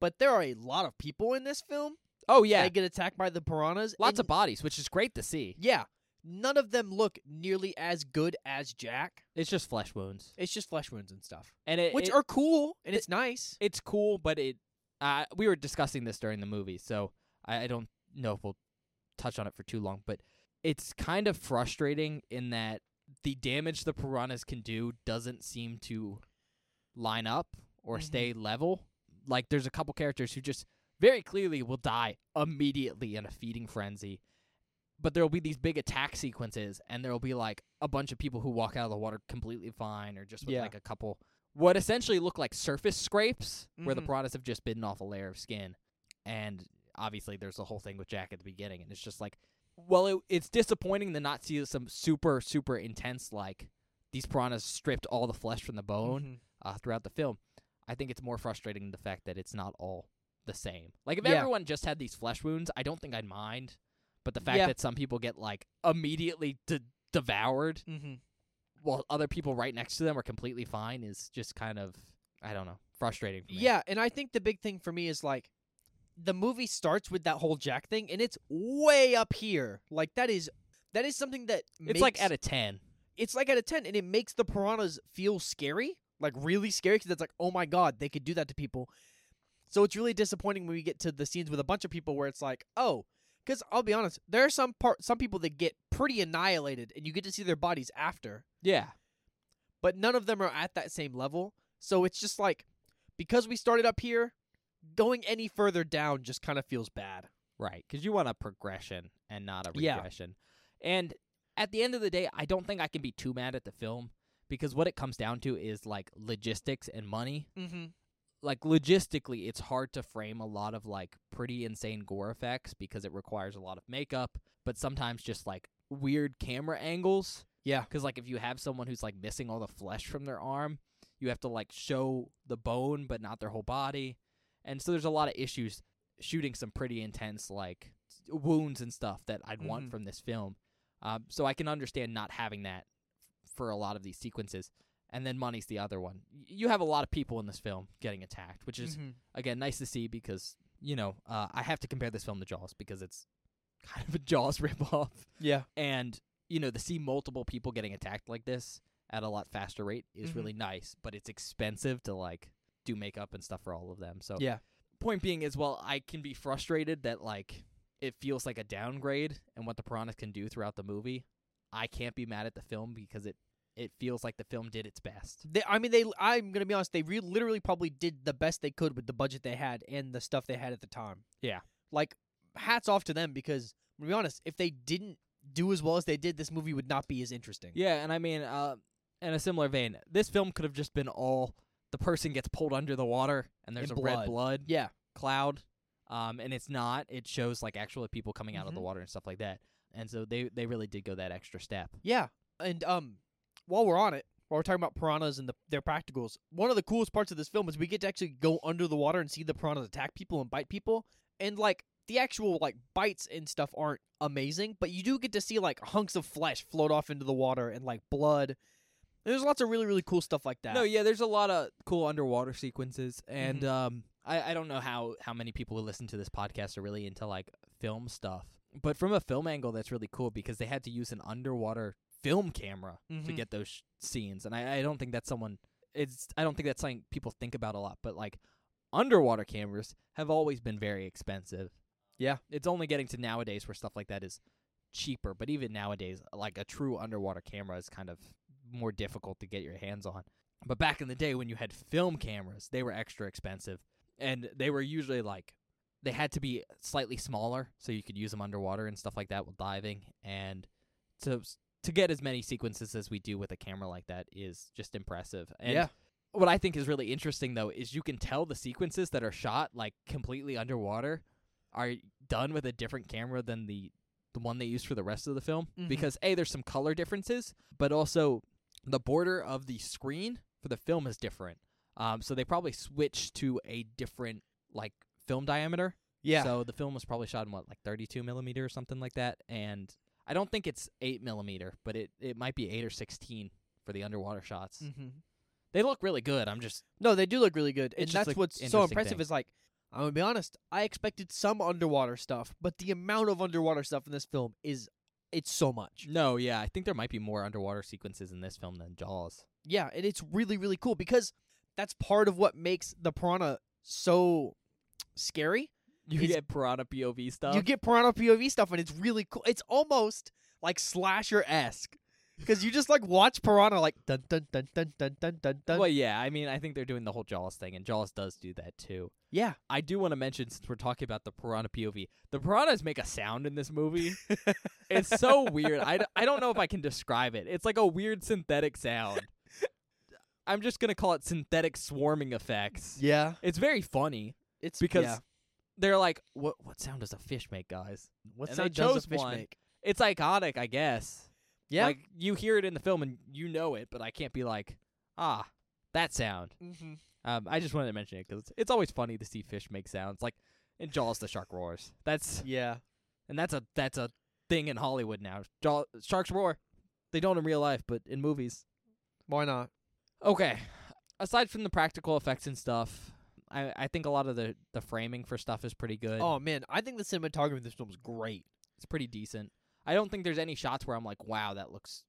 A: But there are a lot of people in this film
B: Oh yeah,
A: that get attacked by the piranhas.
B: lots
A: and
B: of bodies, which is great to see.
A: Yeah. None of them look nearly as good as Jack.
B: It's just flesh wounds,
A: It's just flesh wounds and stuff,
B: and it,
A: which
B: it-
A: are cool and it's nice.
B: it's cool, but it uh, we were discussing this during the movie, so I, I don't know if we'll touch on it for too long, but it's kind of frustrating in that the damage the piranhas can do doesn't seem to line up or
A: Mhm.
B: stay level. Like there's a couple characters who just very clearly will die immediately in a feeding frenzy. But there will be these big attack sequences, and there will be like a bunch of people who walk out of the water completely fine, or just with
A: Yeah.
B: like a couple what essentially look like surface scrapes where the
A: Mhm.
B: piranhas have just bitten off a layer of skin. And obviously, there's the whole thing with Jack at the beginning, and it's just like, well, it, it's disappointing to not see some super, super intense like these piranhas stripped all the flesh from the bone
A: Mm-hmm.
B: uh, throughout the film. I think it's more frustrating the fact that it's not all the same. Like if
A: Yeah.
B: everyone just had these flesh wounds, I don't think I'd mind. But the fact
A: Yeah.
B: that some people get like immediately de- devoured
A: Mm-hmm.
B: while other people right next to them are completely fine is just kind of I don't know frustrating. For me.
A: Yeah, and I think the big thing for me is like the movie starts with that whole Jack thing, and it's way up here. Like that is that is something that
B: it's like
A: makes-
B: at a ten.
A: it's like at a ten, and it makes the piranhas feel scary, like really scary, because it's like oh my god, they could do that to people. So it's really disappointing when we get to the scenes with a bunch of people where it's like oh. Because I'll be honest, there are some part, some people that get pretty annihilated, and you get to see their bodies after.
B: Yeah,
A: but none of them are at that same level. So it's just like because we started up here, going any further down just kind of feels bad.
B: right. Because you want a progression and not a
A: Yeah.
B: regression. And at the end of the day, I don't think I can be too mad at the film because what it comes down to is like logistics and money.
A: Mm-hmm.
B: like logistically it's hard to frame a lot of like pretty insane gore effects because it requires a lot of makeup but sometimes just like weird camera angles
A: Yeah.
B: because like if you have someone who's like missing all the flesh from their arm you have to like show the bone but not their whole body and so there's a lot of issues shooting some pretty intense like s- wounds and stuff that i'd want
A: Mhm.
B: from this film um, so i can understand not having that f- for a lot of these sequences. And then Money's the other one. Y- You have a lot of people in this film getting attacked, which is again nice to see because you know uh, I have to compare this film to Jaws because it's kind of a Jaws [LAUGHS] ripoff,
A: Yeah.
B: and you know to see multiple people getting attacked like this at a lot faster rate is
A: Mhm.
B: really nice, but it's expensive to like do makeup and stuff for all of them. So
A: Yeah.
B: point being is well I can be frustrated that like it feels like a downgrade and what the piranhas can do throughout the movie. I can't be mad at the film because it it feels like the film did its best.
A: They, I mean, they. I'm gonna be honest. They re- literally probably did the best they could with the budget they had and the stuff they had at the time.
B: Yeah.
A: Like, hats off to them because, to be honest, if they didn't do as well as they did, this movie would not be as interesting.
B: Yeah, and I mean, uh, in a similar vein, this film could have just been all the person gets pulled under the water and there's
A: And
B: a
A: blood.
B: red blood
A: Yeah.
B: cloud, um, and it's not. It shows like actual people coming out of the
A: Mhm.
B: water and stuff like that. And so they they really did go that extra step.
A: Yeah, and um, while we're on it, while we're talking about piranhas and the, their practicals, one of the coolest parts of this film is we get to actually go under the water and see the piranhas attack people and bite people, and like the actual like bites and stuff aren't amazing, but you do get to see like hunks of flesh float off into the water and like blood. There's lots of really really cool stuff like that. Mm-hmm.
B: No, yeah, there's a lot of cool underwater sequences, and um, I, I don't know how how many people who listen to this podcast are really into like film stuff, but from a film angle, that's really cool because they had to use an underwater film camera to
A: Mhm.
B: get those sh- scenes, and I, I don't think that's someone it's I don't think that's something people think about a lot, but like underwater cameras have always been very expensive.
A: Yeah.
B: it's only getting to nowadays where stuff like that is cheaper, but even nowadays, like a true underwater camera is kind of more difficult to get your hands on. But back in the day when you had film cameras, they were extra expensive and they were usually like they had to be slightly smaller so you could use them underwater and stuff like that while diving and to to get as many sequences as we do with a camera like that is just impressive. And
A: Yeah.
B: what I think is really interesting though is you can tell the sequences that are shot like completely underwater are done with a different camera than the the one they used for the rest of the film
A: Mhm.
B: because a there's some color differences but also the border of the screen for the film is different um so they probably switched to a different like film diameter
A: yeah,
B: so the film was probably shot in what like 32 millimeter or something like that and i don't think it's 8 millimeter but it it might be 8 or 16 for the underwater shots
A: mm-hmm.
B: they look really good i'm just
A: no, they do look really good, and
B: It's just,
A: that's
B: like,
A: what's so
B: interesting
A: impressive
B: thing.
A: is like. I'm gonna be honest. I expected some underwater stuff, but the amount of underwater stuff in this film is it's so much.
B: No, yeah, I think there might be more underwater sequences in this film than Jaws.
A: Yeah, and it's really really cool because that's part of what makes the piranha so scary.
B: You
A: It's-
B: get piranha POV stuff.
A: you get piranha POV stuff, and it's really cool. It's almost like slasher esque because you just like watch piranha like dun dun dun dun dun dun dun dun.
B: well, yeah, I mean, I think they're doing the whole Jaws thing, and Jaws does do that too.
A: Yeah,
B: I do want to mention, since we're talking about the piranha POV, the piranhas make a sound in
A: [LAUGHS]
B: this movie. it's so weird. I, d- I don't know if I can describe it. It's like a weird synthetic sound. I'm just going to call it synthetic swarming effects.
A: yeah.
B: It's very funny
A: It's
B: because
A: yeah.
B: they're like, what, what sound does a fish make, guys?
A: what
B: and
A: sound
B: they
A: does
B: chose
A: a fish
B: one.
A: make?
B: It's iconic, I guess.
A: Yeah.
B: Like you hear it in the film and you know it, but I can't be like, ah, that sound.
A: mm-hmm.
B: Um, I just wanted to mention it because it's, it's always funny to see fish make sounds. Like in Jaws, the shark roars. That's
A: Yeah.
B: and that's a that's a thing in Hollywood now. Jaw, sharks roar. They don't in real life, but in movies.
A: Why not?
B: Okay. Aside from the practical effects and stuff, I, I think a lot of the, the framing for stuff is pretty good.
A: Oh man, I think the cinematography of this film is great.
B: It's pretty decent. I don't think there's any shots where I'm like, wow, that looks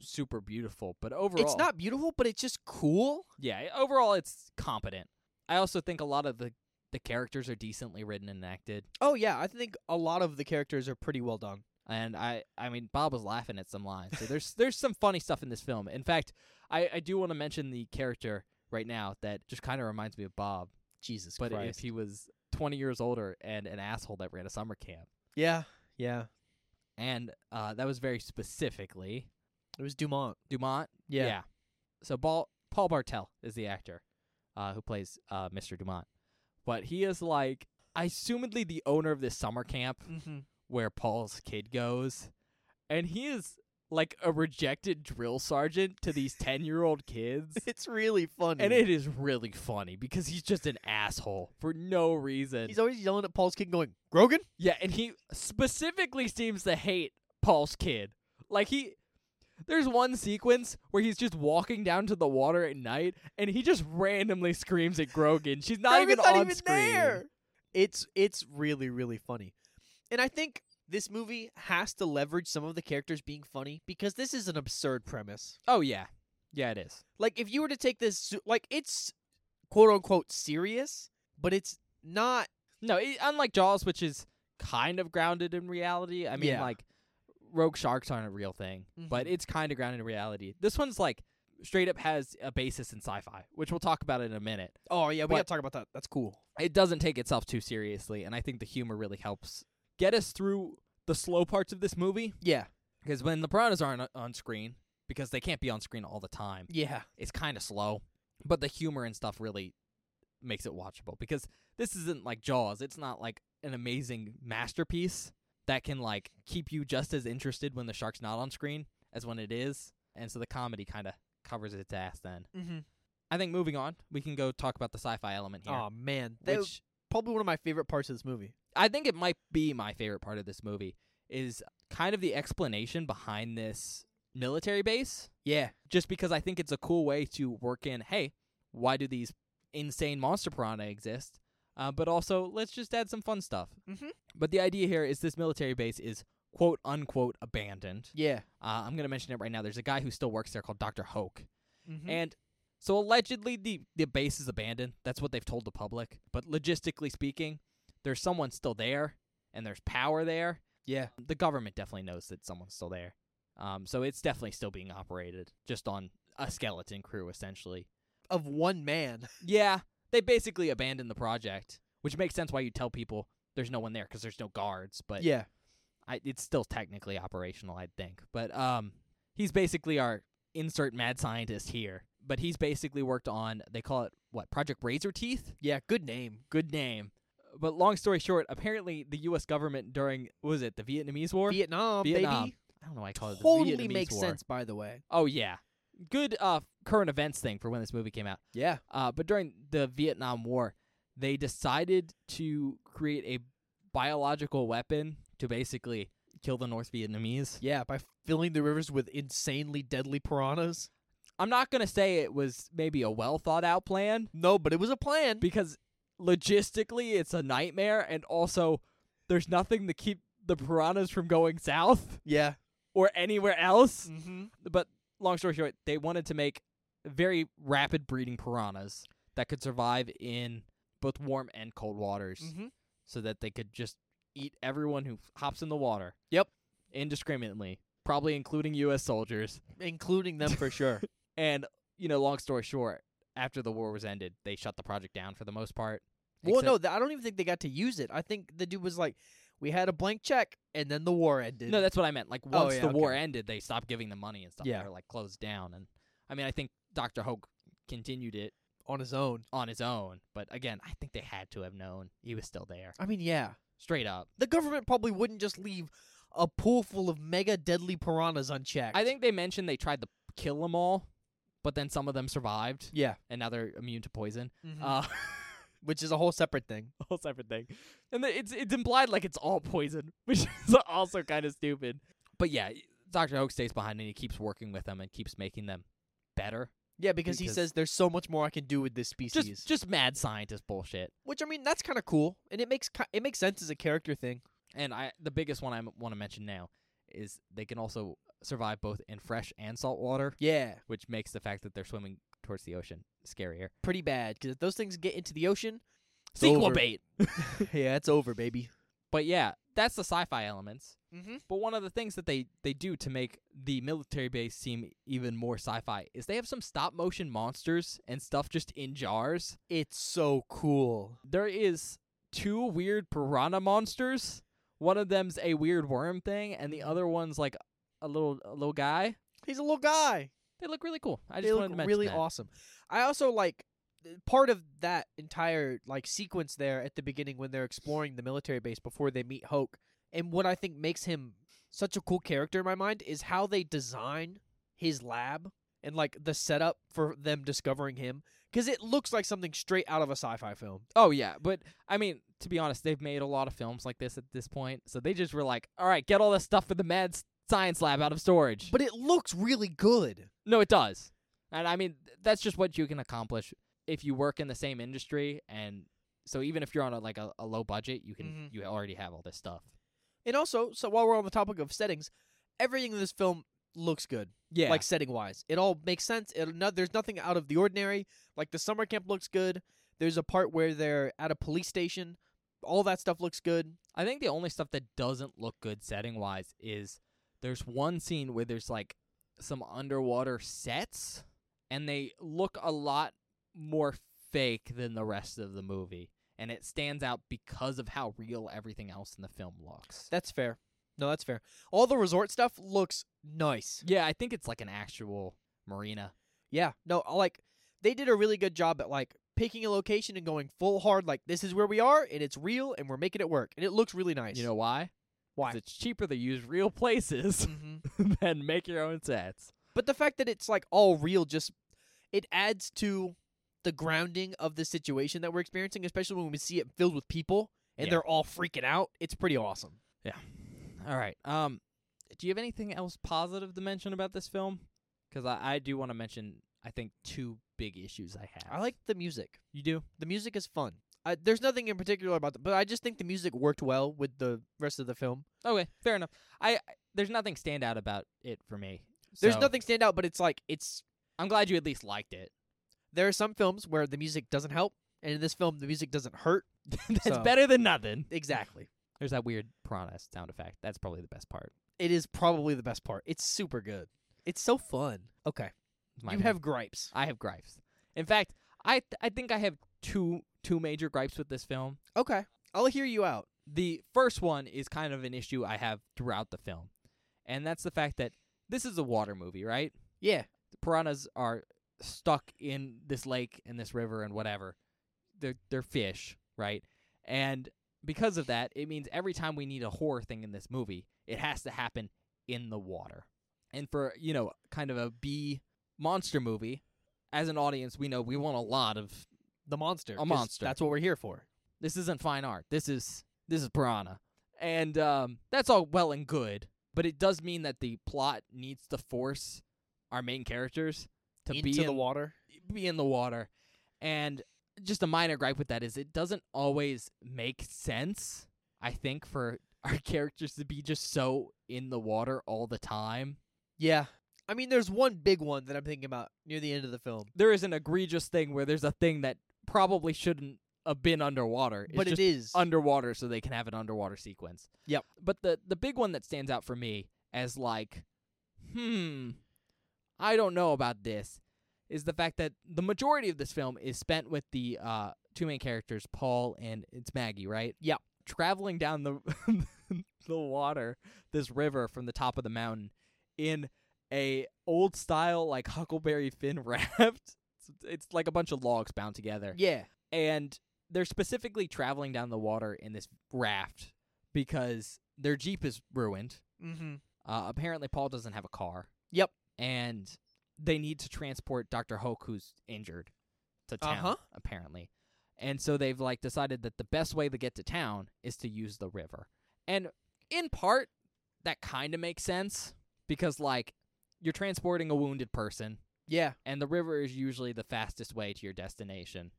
B: super beautiful. But overall,
A: It's not beautiful, but it's just cool.
B: Yeah, overall it's competent. I also think a lot of the the characters are decently written and acted.
A: Oh yeah, I think a lot of the characters are pretty well done.
B: And I I mean Bob was laughing at some lines. So there's there's some funny stuff in this film. In fact, I I do want to mention the character right now that just kind of reminds me of Bob,
A: Jesus
B: but
A: Christ.
B: if he was 20 years older and an asshole that ran a summer camp.
A: yeah, yeah.
B: And uh that was very specifically
A: It was Dumont.
B: Dumont.
A: Yeah.
B: So Paul Paul Bartel is the actor uh, who plays uh, Mr. Dumont, but he is like, I assumedly the owner of this summer camp
A: Mm-hmm.
B: where Paul's kid goes, and he is like a rejected drill sergeant to these ten year old kids.
A: [LAUGHS] [LAUGHS] It's really funny.
B: And it is really funny because he's just an asshole for no reason.
A: He's always yelling at Paul's kid, going, Grogan?
B: Yeah, and he specifically seems to hate Paul's kid. Like he There's one sequence where he's just walking down to the water at night, and he just randomly screams at Grogan. She's not even
A: Grogan's not
B: on
A: even
B: screen.
A: there. It's it's really really funny, and I think this movie has to leverage some of the characters being funny because this is an absurd premise.
B: Oh yeah, yeah it is.
A: Like if you were to take this, su- like it's quote unquote serious, but it's not.
B: No, it, unlike Jaws, which is kind of grounded in reality. I mean,
A: Yeah.
B: like rogue sharks aren't a real thing, but
A: Mhm.
B: it's kind of grounded in reality. This one's like straight up has a basis in sci-fi, which we'll talk about in a minute.
A: Oh yeah, we
B: But-
A: gotta talk about that. That's cool.
B: It doesn't take itself too seriously, and I think the humor really helps get us through the slow parts of this movie.
A: Yeah,
B: Because when the piranhas aren't on screen, because they can't be on screen all the time,
A: yeah,
B: it's kind of slow, but the humor and stuff really makes it watchable because this isn't like Jaws. It's not like an amazing masterpiece that can like keep you just as interested when the shark's not on screen as when it is. And so the comedy kind of covers its ass then.
A: mm-hmm.
B: I think moving on, we can go talk about the sci-fi element here,
A: Oh man, that was
B: which
A: probably one of my favorite parts of this movie.
B: I think it might be my favorite part of this movie is kind of the explanation behind this military base.
A: Yeah,
B: just because I think it's a cool way to work in, hey, why do these insane monster piranha exist? Uh, but also, let's just add some fun stuff.
A: Mhm.
B: But the idea here is this military base is quote unquote abandoned.
A: yeah,
B: Uh, I'm going to mention it right now. There's a guy who still works there called Dr. Hoke.
A: mm-hmm.
B: And so allegedly the, the base is abandoned. That's what they've told the public. But logistically speaking, there's someone still there and there's power there.
A: yeah,
B: The government definitely knows that someone's still there. Um, so it's definitely still being operated just on a skeleton crew, essentially.
A: of one man.
B: Yeah, they basically abandoned the project, which makes sense why you tell people there's no one there because there's no guards. But
A: yeah,
B: I, it's still technically operational, I think. But um, he's basically our insert mad scientist here. But he's basically worked on they call it what Project Razor Teeth.
A: yeah, good name.
B: Good name. But long story short, apparently the U.S. government during what was it the Vietnamese War?
A: Vietnam,
B: Vietnam.
A: baby.
B: I don't know. Why I call it the
A: Totally
B: Vietnamese
A: makes
B: War.
A: sense, by the way.
B: Oh yeah, good uh, current events thing for when this movie came out.
A: Yeah,
B: Uh, but during the Vietnam War, they decided to create a biological weapon to basically kill the North Vietnamese.
A: yeah, by filling the rivers with insanely deadly piranhas.
B: I'm not gonna say it was maybe a well thought out plan
A: No, but it was a plan.
B: because logistically it's a nightmare, and also there's nothing to keep the piranhas from going south
A: yeah.
B: or anywhere else.
A: Mm-hmm.
B: but long story short, they wanted to make very rapid breeding piranhas that could survive in both warm and cold waters
A: Mm-hmm.
B: so that they could just eat everyone who hops in the water.
A: Yep.
B: Indiscriminately, probably including US soldiers.
A: Including them for
B: [LAUGHS]
A: sure.
B: And, you know, long story short, after the war was ended, they shut the project down for the most part.
A: well,
B: Except-
A: no, th- I don't even think they got to use it. I think the dude was like, "We had a blank check, and then the war ended."
B: No, that's what I meant. Like
A: Oh,
B: once
A: yeah,
B: the war
A: okay.
B: ended, they stopped giving them money and stuff.
A: Yeah.
B: They were like closed down and I mean I think Doctor Hoke continued it
A: on his own.
B: on his own. But again, I think they had to have known he was still there.
A: I mean, yeah,
B: Straight up.
A: the government probably wouldn't just leave a pool full of mega deadly piranhas unchecked.
B: I think they mentioned they tried to kill them all, but then some of them survived,
A: Yeah,
B: and now they're immune to poison.
A: Mhm.
B: Uh, [LAUGHS]
A: which is a whole separate thing.
B: whole separate thing. And the, it's it's implied like it's all poison, [LAUGHS] which is also kind of stupid. But yeah, Doctor Hoke stays behind and he keeps working with them and keeps making them better.
A: Yeah, because, he
B: Because-
A: says there's so much more I can do with this species.
B: Just just mad scientist bullshit.
A: which I mean, that's kind of cool, and it makes ki- it makes sense as a character thing.
B: And I the biggest one I want to mention now is they can also survive both in fresh and salt water.
A: Yeah,
B: which makes the fact that they're swimming towards the ocean scarier.
A: pretty bad because if those things get into the [LAUGHS] ocean, it's
B: Sequel
A: over.
B: bait.
A: yeah, it's over, baby.
B: But yeah, that's the sci-fi elements.
A: Mm-hmm.
B: But one of the things that they they do to make the military base seem even more sci-fi is they have some stop motion monsters and stuff just in jars.
A: It's so cool.
B: There is two weird piranha monsters. One of them's a weird worm thing and the other one's like a little a little guy.
A: He's a little guy.
B: They look really cool. I just
A: they
B: wanted
A: look
B: to mention
A: really
B: that.
A: awesome. I also like th- part of that entire like sequence there at the beginning when they're exploring the military base before they meet Hoke. And what I think makes him such a cool character in my mind is how they design his lab and like the setup for them discovering him because it looks like something straight out of a sci-fi film.
B: Oh yeah, but I mean, to be honest, they've made a lot of films like this at this point, so they just were like, "All right, get all this stuff for the mad s- science lab out of storage.
A: But it looks really good.
B: No, it does. And I mean, th- that's just what you can accomplish if you work in the same industry. And so even if you're on a, like a, a low budget, you can
A: Mhm.
B: you already have all this stuff.
A: And also, so while we're on the topic of settings, everything in this film looks good,
B: Yeah,
A: like setting wise. It all makes sense. It no, there's nothing out of the ordinary. Like the summer camp looks good. There's a part where they're at a police station. All that stuff looks good.
B: I think the only stuff that doesn't look good setting wise is there's one scene where there's like some underwater sets and they look a lot more fake than the rest of the movie and it stands out because of how real everything else in the film looks.
A: That's fair. No, that's fair. All the resort stuff looks nice.
B: Yeah, I think it's like an actual marina.
A: Yeah. No, I like they did a really good job at like picking a location and going full hard like this is where we are and it's real and we're making it work and it looks really nice.
B: You know why? 'Cause
A: why?
B: It's cheaper to use real places [LAUGHS]
A: Mhm.
B: than make your own sets.
A: But the fact that it's like all real just it adds to the grounding of the situation that we're experiencing, especially when we see it filled with people and
B: Yeah.
A: they're all freaking out. It's pretty awesome.
B: Yeah. All right. Um, do you have anything else positive to mention about this film? Because I, I do want to mention, I think, two big issues I have.
A: I like the music.
B: you do.
A: The music is fun. I, there's nothing in particular about it, but I just think the music worked well with the rest of the film.
B: Okay, fair enough. I I- there's nothing stand out about it for me.
A: There's
B: so
A: nothing stand out, but it's like it's
B: I'm glad you at least liked it.
A: there are some films where the music doesn't help, and in this film the music doesn't hurt. [LAUGHS]
B: That's
A: So-
B: better than nothing.
A: Exactly.
B: There's that weird piranha sound effect. That's probably the best part.
A: It is probably the best part. It's super good. It's so fun. Okay.
B: It's my
A: you
B: name.
A: have gripes.
B: I have gripes. In fact, I th- I think I have two two major gripes with this film.
A: Okay. I'll hear you out.
B: The first one is kind of an issue I have throughout the film, and that's the fact that this is a water movie, right?
A: Yeah.
B: The piranhas are stuck in this lake and this river and whatever. They're they're fish, right? And because of that, it means every time we need a horror thing in this movie, it has to happen in the water. And for, you know, kind of a B monster movie, as an audience, we know we want a lot of
A: the monster.
B: A
A: 'cause
B: monster.
A: That's what we're here for.
B: this isn't fine art. This is this is piranha, and um, that's all well and good, but it does mean that the plot needs to force our main characters to
A: Into
B: be
A: the
B: in,
A: water.
B: be in the water, and just a minor gripe with that is it doesn't always make sense. I think for [LAUGHS] our characters to be just so in the water all the time.
A: Yeah. I mean, there's one big one that I'm thinking about near the end of the film,
B: There is an egregious thing where there's a thing that probably shouldn't have been underwater. It's
A: but
B: just
A: it is.
B: underwater so they can have an underwater sequence.
A: Yep.
B: But the the big one that stands out for me as like, hmm, I don't know about this, is the fact that the majority of this film is spent with the uh, two main characters, Paul and it's Maggie, right?
A: Yep.
B: Traveling down the [LAUGHS] the water, this river from the top of the mountain, in a old style like Huckleberry Finn [LAUGHS] raft. It's, it's like a bunch of logs bound together
A: yeah.
B: and they're specifically traveling down the water in this raft because their jeep is ruined.
A: Mm-hmm.
B: Uh, apparently, Paul doesn't have a car.
A: Yep.
B: and they need to transport Doctor Hoke, who's injured, to town.
A: Uh-huh.
B: Apparently, and so they've like decided that the best way to get to town is to use the river. And in part, that kind of makes sense because like you're transporting a wounded person
A: Yeah.
B: and the river is usually the fastest way to your destination.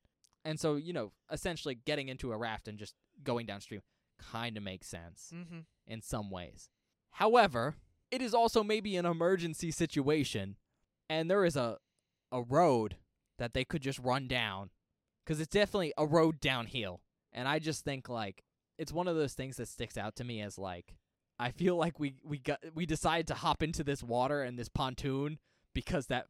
B: And so, you know, essentially getting into a raft and just going downstream kind of makes sense
A: Mm-hmm.
B: in some ways. However, it is also maybe an emergency situation and there is a a road that they could just run down cuz it's definitely a road downhill. And I just think like it's one of those things that sticks out to me as like I feel like we we got we decided to hop into this water and this pontoon because that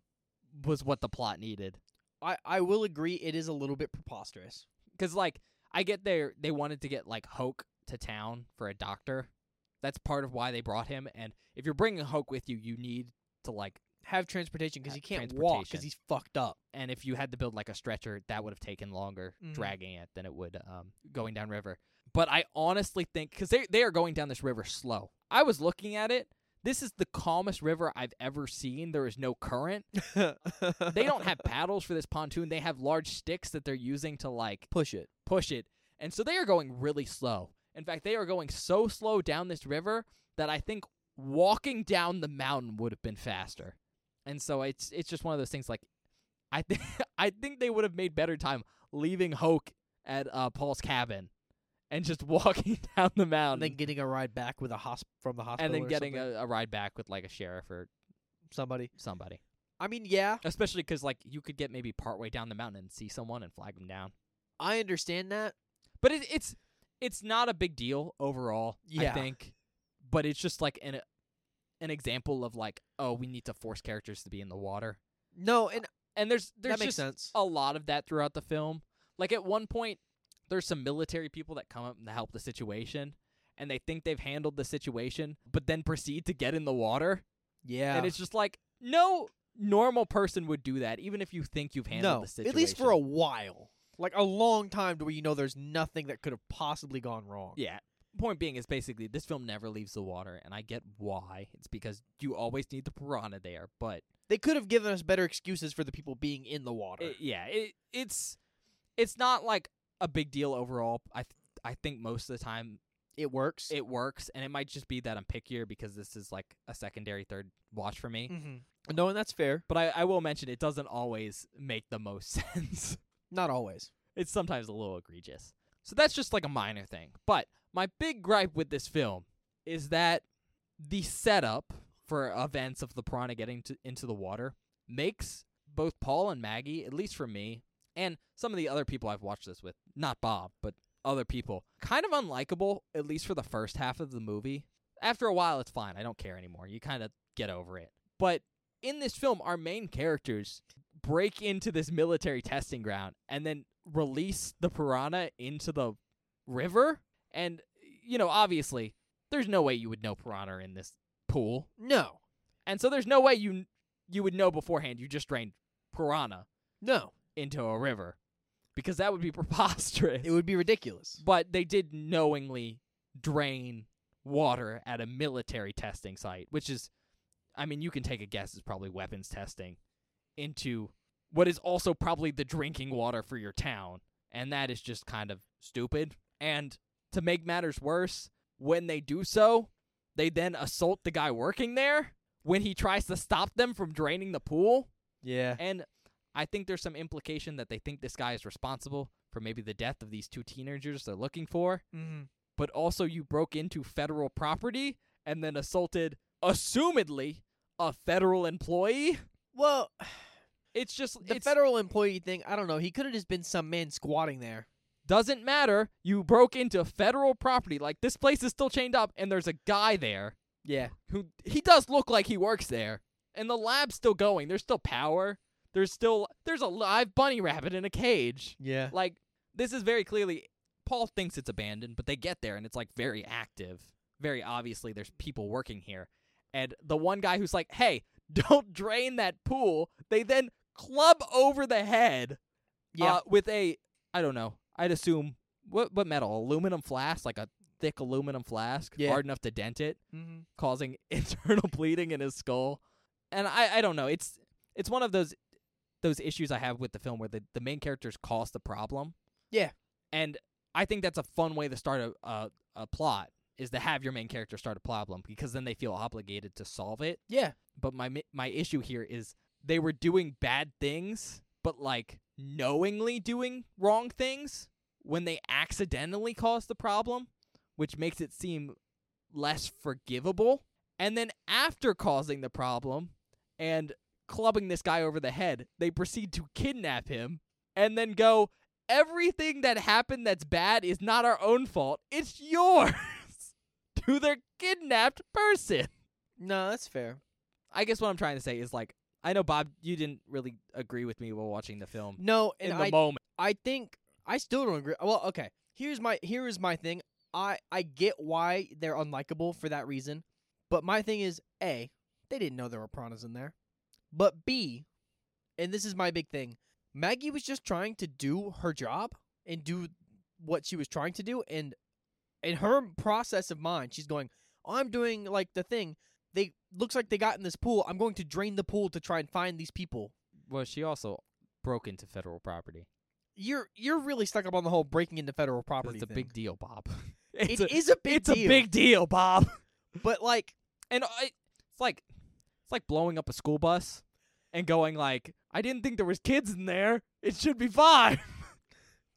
B: was what the plot needed.
A: I, I will agree it is a little bit preposterous.
B: Because like I get there, they wanted to get like Hoke to town for a doctor. That's part of why they brought him. And if you're bringing Hoke with you, you need to like.
A: Have transportation because
B: Uh,
A: he can't walk
B: transportation.
A: because he's fucked
B: [LAUGHS]
A: up.
B: And if you had to build like a stretcher, that would have taken longer
A: Mhm.
B: dragging it than it would um, going down river. But I honestly think because they they are going down this river slow. I was looking at it. This is the calmest river I've ever seen. There is no current. They don't have paddles for this pontoon. They have large sticks that they're using to like
A: push it.
B: push it. And so they are going really slow. In fact, they are going so slow down this river that I think walking down the mountain would have been faster. And so it's it's just one of those things like I think [LAUGHS] I think they would have made better time leaving Hoke at uh, Paul's cabin and just [LAUGHS] walking down the
A: and
B: mountain
A: then getting a ride back with a hosp- from the hospital,
B: Um, and then
A: or
B: getting
A: something.
B: a, a ride back with like a sheriff or
A: somebody.
B: somebody.
A: I mean, yeah,
B: Especially because like you could get maybe partway down the mountain and see someone and flag them down.
A: I understand that.
B: But it, it's it's not a big deal overall.
A: Yeah.
B: I think, but it's just like an an example of like oh we need to force characters to be in the water
A: No, and
B: and there's Uh, there's
A: that makes
B: just
A: sense.
B: a lot of that throughout the film. Like at one point, there's some military people that come up and help the situation, and they think they've handled the situation, but then proceed to get in the water,
A: yeah,
B: and it's just like no normal person would do that, even if you think you've handled
A: no,
B: the situation.
A: at least for a while, like a long time, to where you know there's nothing that could have possibly gone wrong.
B: Yeah. Point being is basically this film never leaves the water, and I get why. It's because you always need the piranha there, but
A: They could have given us better excuses for the people being in the water.
B: it, yeah, it, it's it's not like a big deal overall. I th- I think most of the time
A: It works.
B: it works, and it might just be that I'm pickier because this is like a secondary third watch for me.
A: mm-hmm. No, and that's fair.
B: But I, I will mention it doesn't always make the most [LAUGHS] sense.
A: Not always.
B: it's sometimes a little egregious. So that's just like a minor thing. But my big gripe with this film is that the setup for events of the piranha getting to, into the water makes both Paul and Maggie, at least for me, and some of the other people I've watched this with, not Bob, but other people, kind of unlikable, at least for the first half of the movie. After a while, it's fine. I don't care anymore. You kind of get over it. But in this film, our main characters break into this military testing ground and then release the piranha into the river. And, you know, obviously, there's no way you would know piranha are in this pool.
A: No,
B: And so there's no way you you would know beforehand you just drained piranha
A: no,
B: into a river because that would be [LAUGHS] preposterous.
A: it would be ridiculous.
B: but they did knowingly drain water at a military testing site, which is, I mean, you can take a guess, it's probably weapons testing into what is also probably the drinking water for your town. And that is just kind of stupid. And to make matters worse, when they do so, they then assault the guy working there when he tries to stop them from draining the pool.
A: Yeah,
B: And I think there's some implication that they think this guy is responsible for maybe the death of these two teenagers they're looking for.
A: mm-hmm.
B: But also, you broke into federal property and then assaulted, assumedly, a federal employee.
A: well,
B: It's just,
A: the
B: it
A: federal employee thing. I don't know. He could have just been some man squatting there.
B: doesn't matter. You broke into federal property. Like, this place is still chained up, and there's a guy there
A: Yeah,
B: who he does look like he works there. And the lab's still going. There's still power. There's still, there's a live bunny rabbit in a cage.
A: yeah.
B: Like this is very clearly Paul thinks it's abandoned, but they get there and it's like very active. Very obviously there's people working here. And the one guy who's like, "Hey, [LAUGHS] don't drain that pool." They then club over the head
A: Yeah,
B: uh, with a I don't know. I'd assume what what metal? Aluminum flask, like a thick aluminum flask
A: Yeah.
B: hard enough to dent it
A: mm-hmm.
B: causing [LAUGHS] internal bleeding in his skull. And I, I don't know. It's it's one of those those issues I have with the film where the, the main characters cause the problem.
A: Yeah.
B: And I think that's a fun way to start a, a, a plot is to have your main character start a problem because then they feel obligated to solve it.
A: yeah.
B: But my mi- my issue here is they were doing bad things, but like knowingly doing wrong things when they accidentally caused the problem, which makes it seem less forgivable. And then after causing the problem and clubbing this guy over the head, they proceed to kidnap him and then go, "Everything that happened that's bad is not our own fault. It's yours." [LAUGHS] to their kidnapped person.
A: No, that's fair.
B: I guess what I'm trying to say is like I know Bob, you didn't really agree with me while watching the film
A: No, and
B: in the
A: I
B: moment.
A: I think I still don't agree. Well, okay. Here's my here is my thing. I I get why they're unlikable for that reason, but my thing is a they didn't know there were piranhas in there, but b, and this is my big thing. Maggie was just trying to do her job and do what she was trying to do, and in her process of mind, she's going, "I'm doing like the thing." They looks like they got in this pool. I'm going to drain the pool to try and find these people.
B: Well, she also broke into federal property.
A: You're you're really stuck up on the whole breaking into federal property.
B: It's a
A: thing.
B: big deal, Bob. [LAUGHS]
A: It's
B: it's a,
A: a, big
B: it's
A: deal.
B: a big deal, Bob.
A: but like
B: and I, it's like it's like blowing up a school bus and going like I didn't think there was kids in there. It should be fine.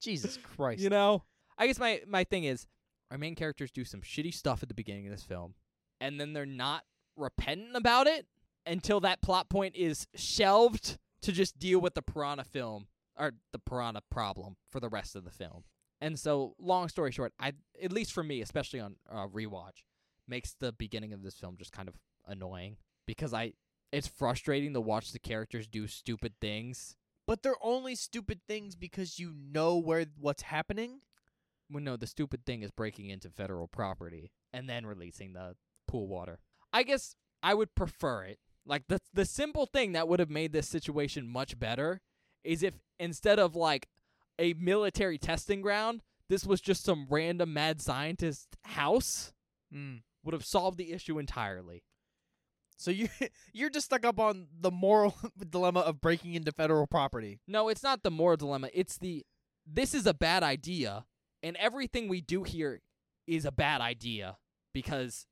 A: Jesus Christ.
B: [LAUGHS] You know, I guess my my thing is our main characters do some shitty stuff at the beginning of this film, and then they're not repentant about it until that plot point is shelved to just deal with the piranha film or the piranha problem for the rest of the film. And so, long story short, I at least for me, especially on uh, rewatch, makes the beginning of this film just kind of annoying because I it's frustrating to watch the characters do stupid things
A: but they're only stupid things because you know where what's happening.
B: well, no, the stupid thing is breaking into federal property and then releasing the pool water. I guess I would prefer it. Like the the simple thing that would have made this situation much better is if instead of like a military testing ground, this was just some random mad scientist house
A: Mm.
B: would have solved the issue entirely.
A: So you [LAUGHS] you're just stuck up on the moral [LAUGHS] dilemma of breaking into federal property.
B: No, it's not the moral dilemma. It's the this is a bad idea, and everything we do here is a bad idea because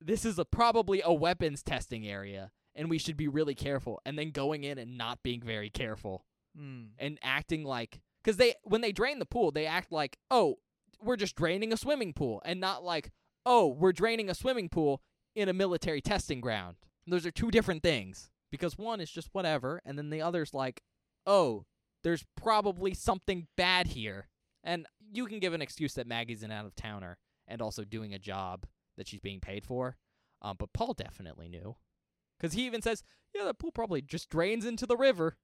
B: this is a probably a weapons testing area, and we should be really careful. And then going in and not being very careful
A: Mm.
B: and acting like because they when they drain the pool, they act like oh we're just draining a swimming pool, and not like oh we're draining a swimming pool in a military testing ground. Those are two different things because one is just whatever, and then the other's like oh there's probably something bad here, and you can give an excuse that Maggie's an out of towner and also doing a job that she's being paid for, um, but Paul definitely knew. Because he even says, yeah, that pool probably just drains into the river.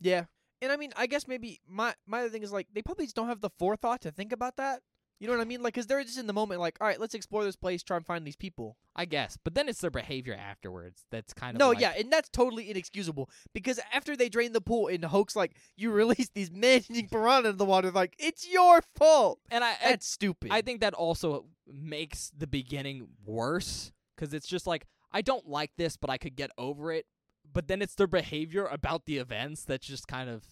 A: Yeah. And I mean, I guess maybe my my other thing is like they probably just don't have the forethought to think about that. You know what I mean? Like, cause they're just in the moment, like, all right, let's explore this place, try and find these people.
B: I guess. But then it's their behavior afterwards that's kind of
A: No,
B: like-
A: yeah, and that's totally inexcusable because after they drain the pool and Hoax like you release these managing piranha into the water, like it's your fault.
B: And I I,
A: That's stupid.
B: I think that also makes the beginning worse because it's just like I don't like this, but I could get over it. But then it's their behavior about the events that's just kind of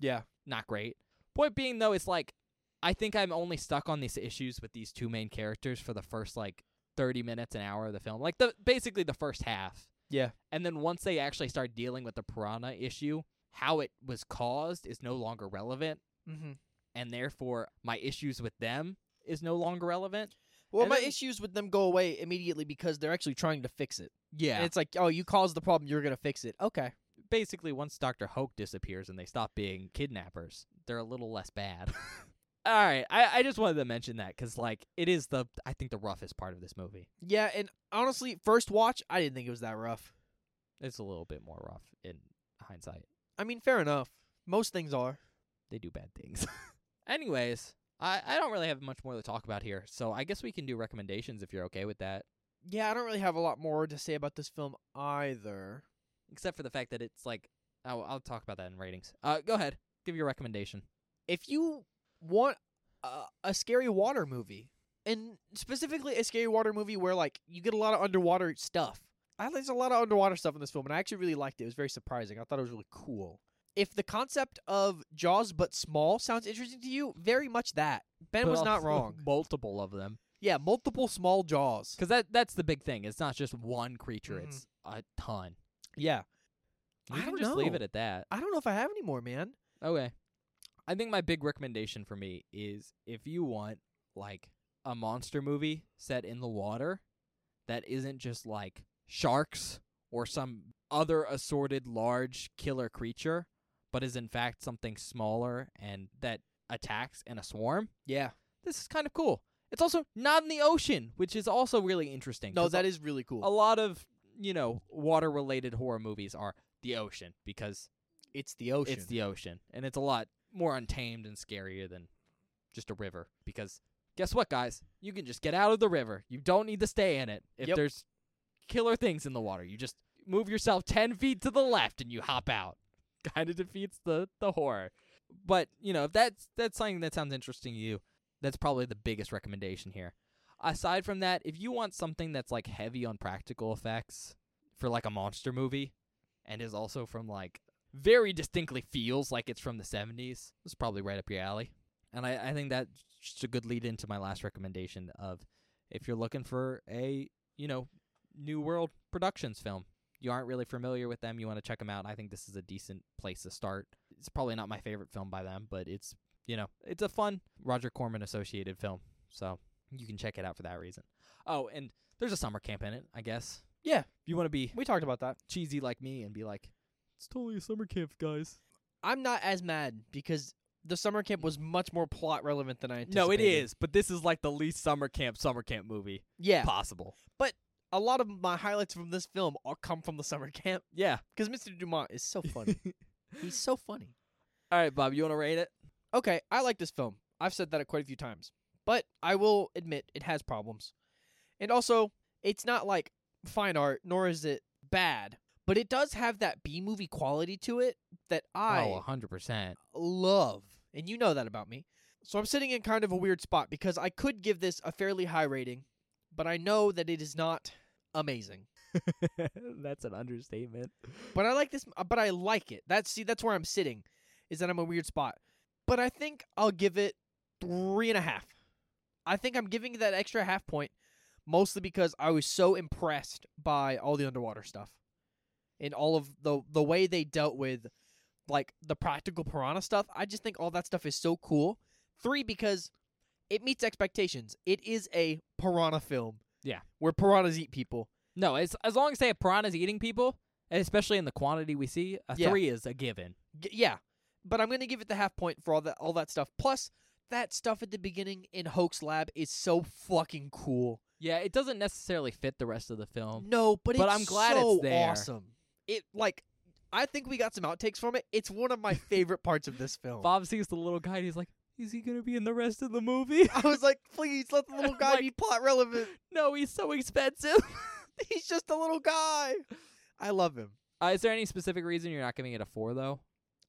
A: yeah,
B: not great. Point being though, it's like I think I'm only stuck on these issues with these two main characters for the first like 30 minutes an hour of the film, like the basically the first half.
A: Yeah.
B: And then once they actually start dealing with the piranha issue, how it was caused is no longer relevant.
A: mm-hmm.
B: and therefore my issues with them is no longer relevant.
A: Well,
B: And
A: my
B: then-
A: issues with them go away immediately because they're actually trying to fix it.
B: Yeah.
A: And it's like, oh, you caused the problem, you're gonna fix it. Okay.
B: basically once Dr. Hoke disappears and they stop being kidnappers, they're a little less bad. All right, I, I just wanted to mention that because like it is the I think the roughest part of this movie.
A: Yeah, and honestly, first watch, I didn't think it was that rough.
B: It's a little bit more rough in hindsight.
A: I mean, fair enough. Most things are.
B: They do bad things. [LAUGHS] Anyways, I, I don't really have much more to talk about here, so I guess we can do recommendations if you're okay with that.
A: Yeah, I don't really have a lot more to say about this film either.
B: Except for the fact that it's like oh, I'll talk about that in ratings. Uh, go ahead, give your recommendation.
A: If you want a, a scary water movie, and specifically a scary water movie where like you get a lot of underwater stuff, I there's a lot of underwater stuff in this film, and I actually really liked it. It was very surprising. I thought it was really cool. If the concept of Jaws but small sounds interesting to you, very much that. Ben
B: But
A: was not
B: also
A: wrong.
B: [LAUGHS] Multiple of them.
A: Yeah, multiple small jaws.
B: Because that that's the big thing. It's not just one creature.
A: Mhm.
B: It's a ton.
A: Yeah.
B: We
A: I
B: can
A: don't
B: just leave
A: know.
B: it at that.
A: I don't know if I have any more, man.
B: Okay. I think my big recommendation for me is if you want like a monster movie set in the water that isn't just like sharks or some other assorted large killer creature, but is in fact something smaller and that attacks in a swarm.
A: Yeah.
B: This is kind of cool. It's also not in the ocean, which is also really interesting.
A: No,
B: 'cause
A: that is really cool.
B: a lot of you know water related horror movies are the ocean because
A: it's the ocean.
B: it's the ocean and it's a lot more untamed and scarier than just a river because guess what guys you can just get out of the river you don't need to stay in it if
A: Yep.
B: there's killer things in the water you just move yourself 10 feet to the left and you hop out [LAUGHS] kind of defeats the the horror but you know if that's that's something that sounds interesting to you that's probably the biggest recommendation here aside from that if you want something that's like heavy on practical effects for like a monster movie and is also from like very distinctly feels like it's from the 70s it's probably right up your alley and i, I think that's just a good lead into my last recommendation of if you're looking for a you know New World Productions film. You aren't really familiar with them, you want to check them out. I think this is a decent place to start. It's probably not my favorite film by them, but it's, you know, it's a fun Roger Corman associated film. So you can check it out for that reason. Oh, and there's a summer camp in it, I guess.
A: Yeah.
B: If you want to be
A: We talked about that.
B: cheesy like me and be like, it's totally a summer camp, guys.
A: I'm not as mad because the summer camp was much more plot relevant than I anticipated.
B: No, it is, but this is like the least summer camp summer camp movie
A: Yeah.
B: possible.
A: A lot of my highlights from this film all come from the summer [LAUGHS] camp
B: [LAUGHS] Yeah.
A: because Mr. Dumont is
B: [LAUGHS]
A: so funny. He's so funny.
B: All right, Bob, you want to rate it?
A: okay, I like this film. I've said that quite a few times. But I will admit it has problems. And also, it's not like fine art, nor is it bad, but it does have that B movie quality to it that I
B: Oh, 100%.
A: love. And you know that about me. So I'm sitting in kind of a weird spot because I could give this a fairly high rating, but I know that it is not amazing.
B: [LAUGHS] That's an understatement.
A: But I like this. uh, But I like it. That's see. That's where I'm sitting. Is that I'm a weird spot. But I think I'll give it three and a half. I think I'm giving it that extra half point mostly because I was so impressed by all the underwater stuff and all of the the way they dealt with like the practical piranha stuff. I just think all that stuff is so cool. Three because it meets expectations. It is a piranha film.
B: Yeah.
A: where piranhas eat people.
B: No, as as long as they have piranhas eating people, and especially in the quantity we see, a
A: Yeah.
B: three is a given.
A: G- yeah, but I'm gonna give it the half point for all that all that stuff. Plus, that stuff at the beginning in Hoax Lab is so fucking cool.
B: Yeah, it doesn't necessarily fit the rest of the film.
A: No, but
B: But
A: it's
B: I'm glad
A: so
B: it's there.
A: awesome. It like, I think we got some outtakes from it. It's one of
B: [LAUGHS]
A: my favorite parts of this film.
B: Bob sees the little guy and he's like, is he going to be in the rest of the movie? [LAUGHS]
A: I was like, please let the little guy
B: Like-
A: be plot relevant.
B: no, he's so expensive. [LAUGHS]
A: He's just a little guy. I love him.
B: uh, is there any specific reason you're not giving it a four, though?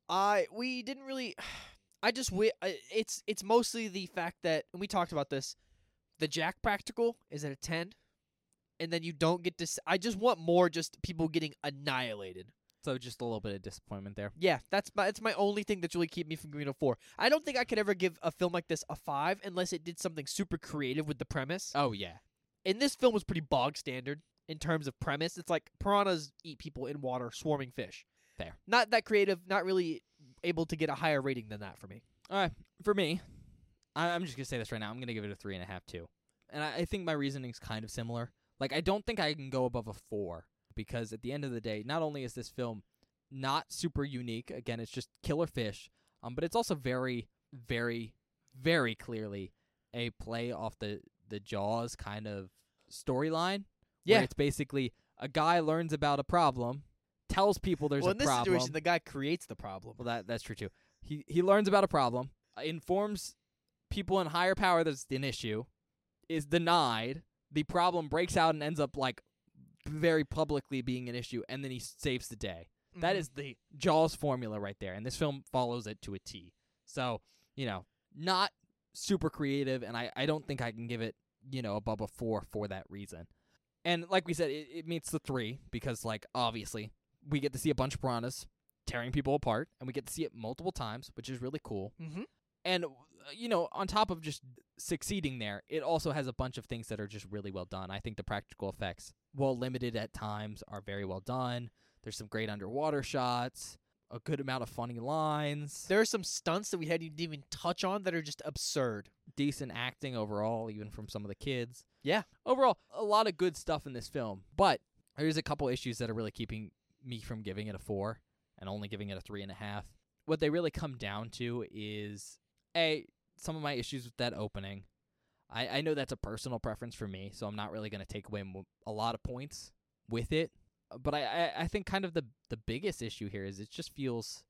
A: I we didn't really. [SIGHS] I just wi- I- it's it's mostly the fact that and we talked about this. The Jack practical is at a ten, and then you don't get to. s I I just want more. Just people getting annihilated.
B: So just a little bit of disappointment there.
A: Yeah, that's my that's my only thing that's really keep me from giving it a four. I don't think I could ever give a film like this a five unless it did something super creative with the premise.
B: Oh, yeah.
A: And this film was pretty bog standard in terms of premise. It's like piranhas eat people in water, swarming fish.
B: Fair.
A: Not that creative. Not really able to get a higher rating than that for me.
B: for me, I, I'm just gonna say this right now. I'm gonna give it a three and a half too, and I, I think my reasoning's kind of similar. Like I don't think I can go above a four because at the end of the day, not only is this film not super unique, again, it's just killer fish, um, but it's also very, very, very clearly a play off the the Jaws kind of storyline. where
A: Yeah.
B: it's basically a guy learns about a problem, tells people there's
A: well,
B: a
A: in this
B: problem.
A: situation, the guy creates the problem.
B: Well, that that's true too. He he learns about a problem, uh, informs people in higher power there's an issue, is denied. The problem breaks out and ends up like very publicly being an issue, and then he saves the day. That is the Jaws formula right there, and this film follows it to a T. So you know, not super creative, and I I don't think I can give it you know above a four for that reason. And like we said, it, it meets the three because like obviously we get to see a bunch of piranhas tearing people apart, and we get to see it multiple times, which is really cool.
A: Mm-hmm.
B: And uh, you know, on top of just succeeding there, it also has a bunch of things that are just really well done. I think the practical effects, while limited at times, are very well done. There's some great underwater shots, a good amount of funny lines,
A: There are some stunts that we hadn't even touch on that are just absurd.
B: decent acting overall, even from some of the kids.
A: Yeah.
B: Overall, a lot of good stuff in this film, but there's a couple issues that are really keeping me from giving it a four and only giving it a three and a half. What they really come down to is A, some of my issues with that opening. I, I know that's a personal preference for me, so I'm not really going to take away m- a lot of points with it. But I, I, I think kind of the, the biggest issue here is it just feels,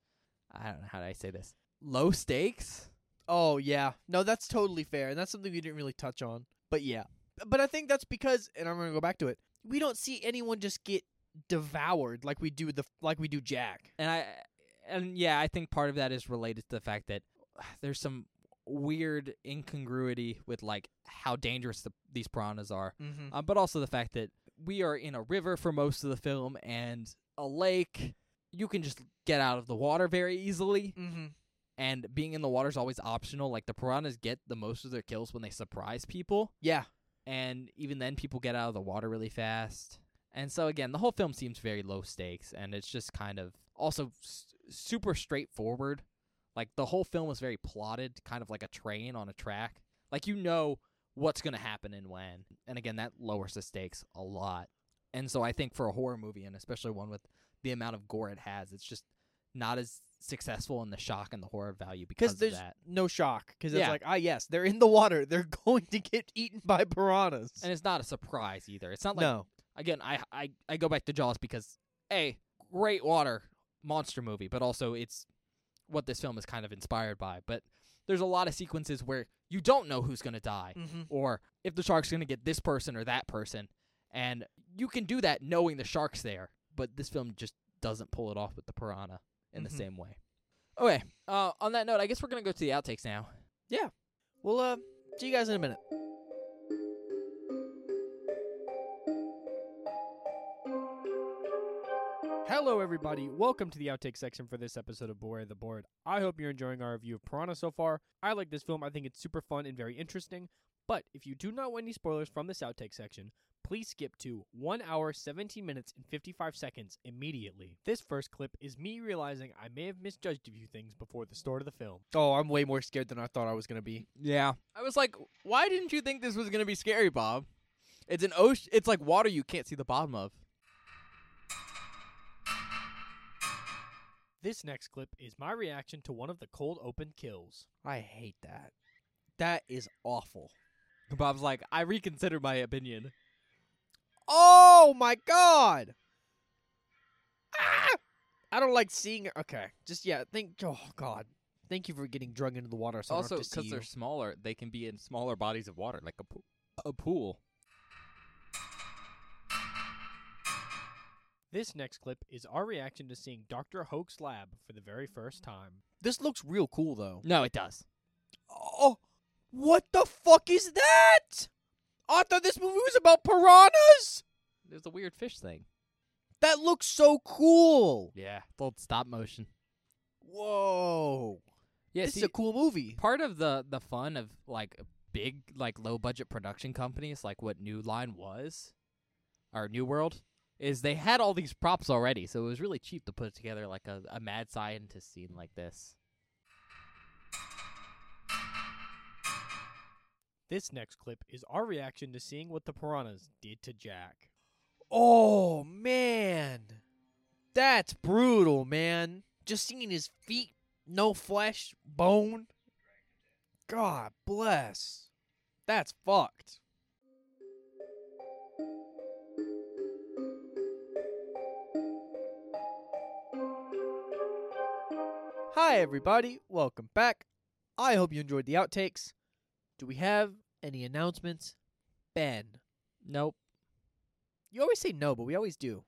B: I don't know how do I say this, low stakes.
A: Oh yeah, no, that's totally fair, and that's something we didn't really touch on. But yeah, but I think that's because, and I'm gonna go back to it. We don't see anyone just get devoured like we do the like we do Jack.
B: and I and yeah, I think part of that is related to the fact that there's some weird incongruity with like how dangerous the, these piranhas are,
A: Mm-hmm.
B: um, but also the fact that we are in a river for most of the film and a lake. You can just get out of the water very easily,
A: Mm-hmm.
B: and being in the water is always optional. Like the piranhas get the most of their kills when they surprise people,
A: Yeah,
B: and even then, people get out of the water really fast. And so again, the whole film seems very low stakes, and it's just kind of also s- super straightforward. Like the whole film is very plotted, kind of like a train on a track. Like you know what's gonna happen and when. And again, that lowers the stakes a lot. And so I think for a horror movie, and especially one with the amount of gore it has, it's just not as successful in the shock and the horror value because of
A: there's
B: that.
A: no shock because it's
B: Yeah.
A: like ah yes they're in the water [LAUGHS] they're going to get eaten by piranhas.
B: And it's not a surprise either. It's not like
A: no,
B: again, I, I I go back to Jaws because a great water monster movie, but also it's what this film is kind of inspired by. But there's a lot of sequences where you don't know who's gonna die or if the shark's gonna get this person or that person, and you can do that knowing the shark's there. But this film just doesn't pull it off with the piranha in
A: Mhm.
B: the same way. Okay. Uh, on that note, I guess we're gonna go to the outtakes now.
A: we'll uh, see you guys in a minute. Hello, everybody. Welcome to the outtake section for this episode of Boy the Board. I hope you're enjoying our review of Piranha so far. I like this film. I think it's super fun and very interesting. But if you do not want any spoilers from this outtake section, please skip to 1 hour, 17 minutes, and 55 seconds immediately. This first clip is me realizing I may have misjudged a few things before the start of the film. Oh, I'm way more scared than I thought I was going to be.
B: Yeah. I was like, why didn't you think this was gonna be scary, Bob? It's an ocean. It's like water you can't see the bottom of.
A: This next clip is my reaction to one of the cold open kills. I hate that. That is awful.
B: Bob's like, I reconsider my opinion.
A: Oh my god! Ah! I don't like seeing. Okay, just yeah. Thank. Oh god. Thank you for getting drug into the water. So
B: also,
A: I don't have to see
B: because
A: you.
B: they're smaller, they can be in smaller bodies of water, like a pool. A pool.
A: This next clip is our reaction to seeing Doctor Hoax Lab for the very first time. This looks real cool though.
B: No, it does.
A: Oh, what the fuck is that? I thought this movie was about piranhas.
B: There's a weird fish thing.
A: That looks so cool.
B: Yeah, it's old stop motion.
A: Whoa.
B: Yeah,
A: this is a cool movie.
B: part of the the fun of like big like low budget production companies like what new line was or new world is they had all these props already so it was really cheap to put together like a, a mad scientist scene like this
A: This next clip is our reaction to seeing what the piranhas did to Jack. Oh, man. That's brutal, man. Just seeing his feet, no flesh, bone. God bless. That's fucked. Hi, everybody. Welcome back. I hope you enjoyed the outtakes. Do we have any announcements? Ben.
B: nope
A: You always say no, but we always do.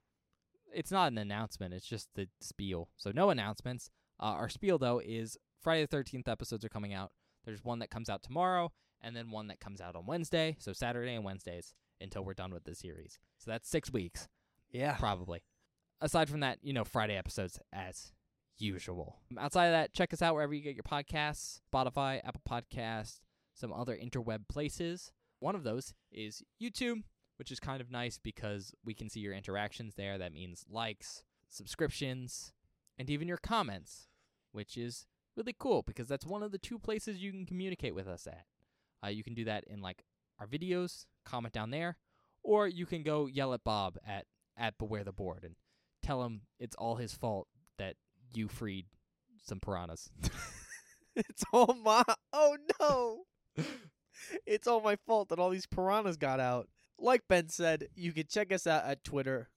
B: it's not an announcement it's just the spiel so no announcements uh, our spiel though is friday the 13th episodes are coming out there's one that comes out tomorrow and then one that comes out on wednesday so saturday and wednesdays until we're done with the series so that's six weeks
A: Yeah.
B: probably. Aside from that, you know, Friday episodes as usual. Um, Outside of that, check us out wherever you get your podcasts Spotify, Apple Podcasts, some other interweb places. One of those is YouTube, which is kind of nice because we can see your interactions there. That means likes, subscriptions, and even your comments, which is really cool because that's one of the two places you can communicate with us at. Uh, you can do that in like our videos, comment down there, or you can go yell at Bob at at Beware the Board and tell him it's all his fault that you freed some piranhas. [LAUGHS]
A: It's all my. Oh no! it's all my fault that all these piranhas got out. Like Ben said, you can check us out at Twitter,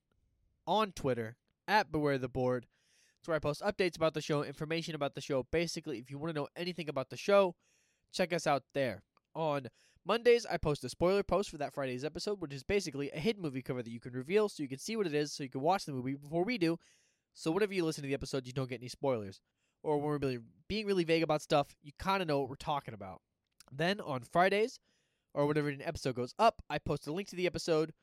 A: on Twitter at Beware the Board. It's where I post updates about the show, information about the show. Basically, if you want to know anything about the show, check us out there. On Mondays, I post a spoiler post for that Friday's episode, which is basically a hidden movie cover that you can reveal so you can see what it is, so you can watch the movie before we do. So, whenever you listen to the episode, you don't get any spoilers or when we're really being really vague about stuff, you kind of know what we're talking about. Then on Fridays, or whenever an episode goes up, I post a link to the episode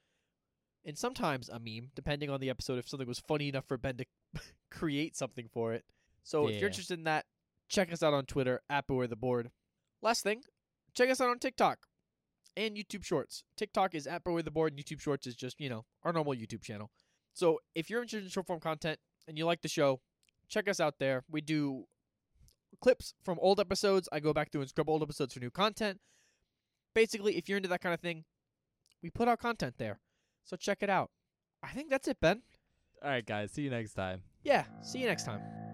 A: and sometimes a meme, depending on the episode, if something was funny enough for Ben to [LAUGHS] create something for it. So if
B: Yeah.
A: you're interested in that, check us out on Twitter, at Beware the Board. Last thing, check us out on TikTok. and YouTube Shorts. TikTok is at Bowie the Board, and YouTube Shorts is just, you know, our normal YouTube channel. So if you're interested in short form content and you like the show, check us out there. We do clips from old episodes. I go back through and scrub old episodes for new content. Basically, if you're into that kind of thing, we put out content there. So check it out. I think that's it, Ben.
B: All right, guys. See you next time.
A: Yeah, see you next time.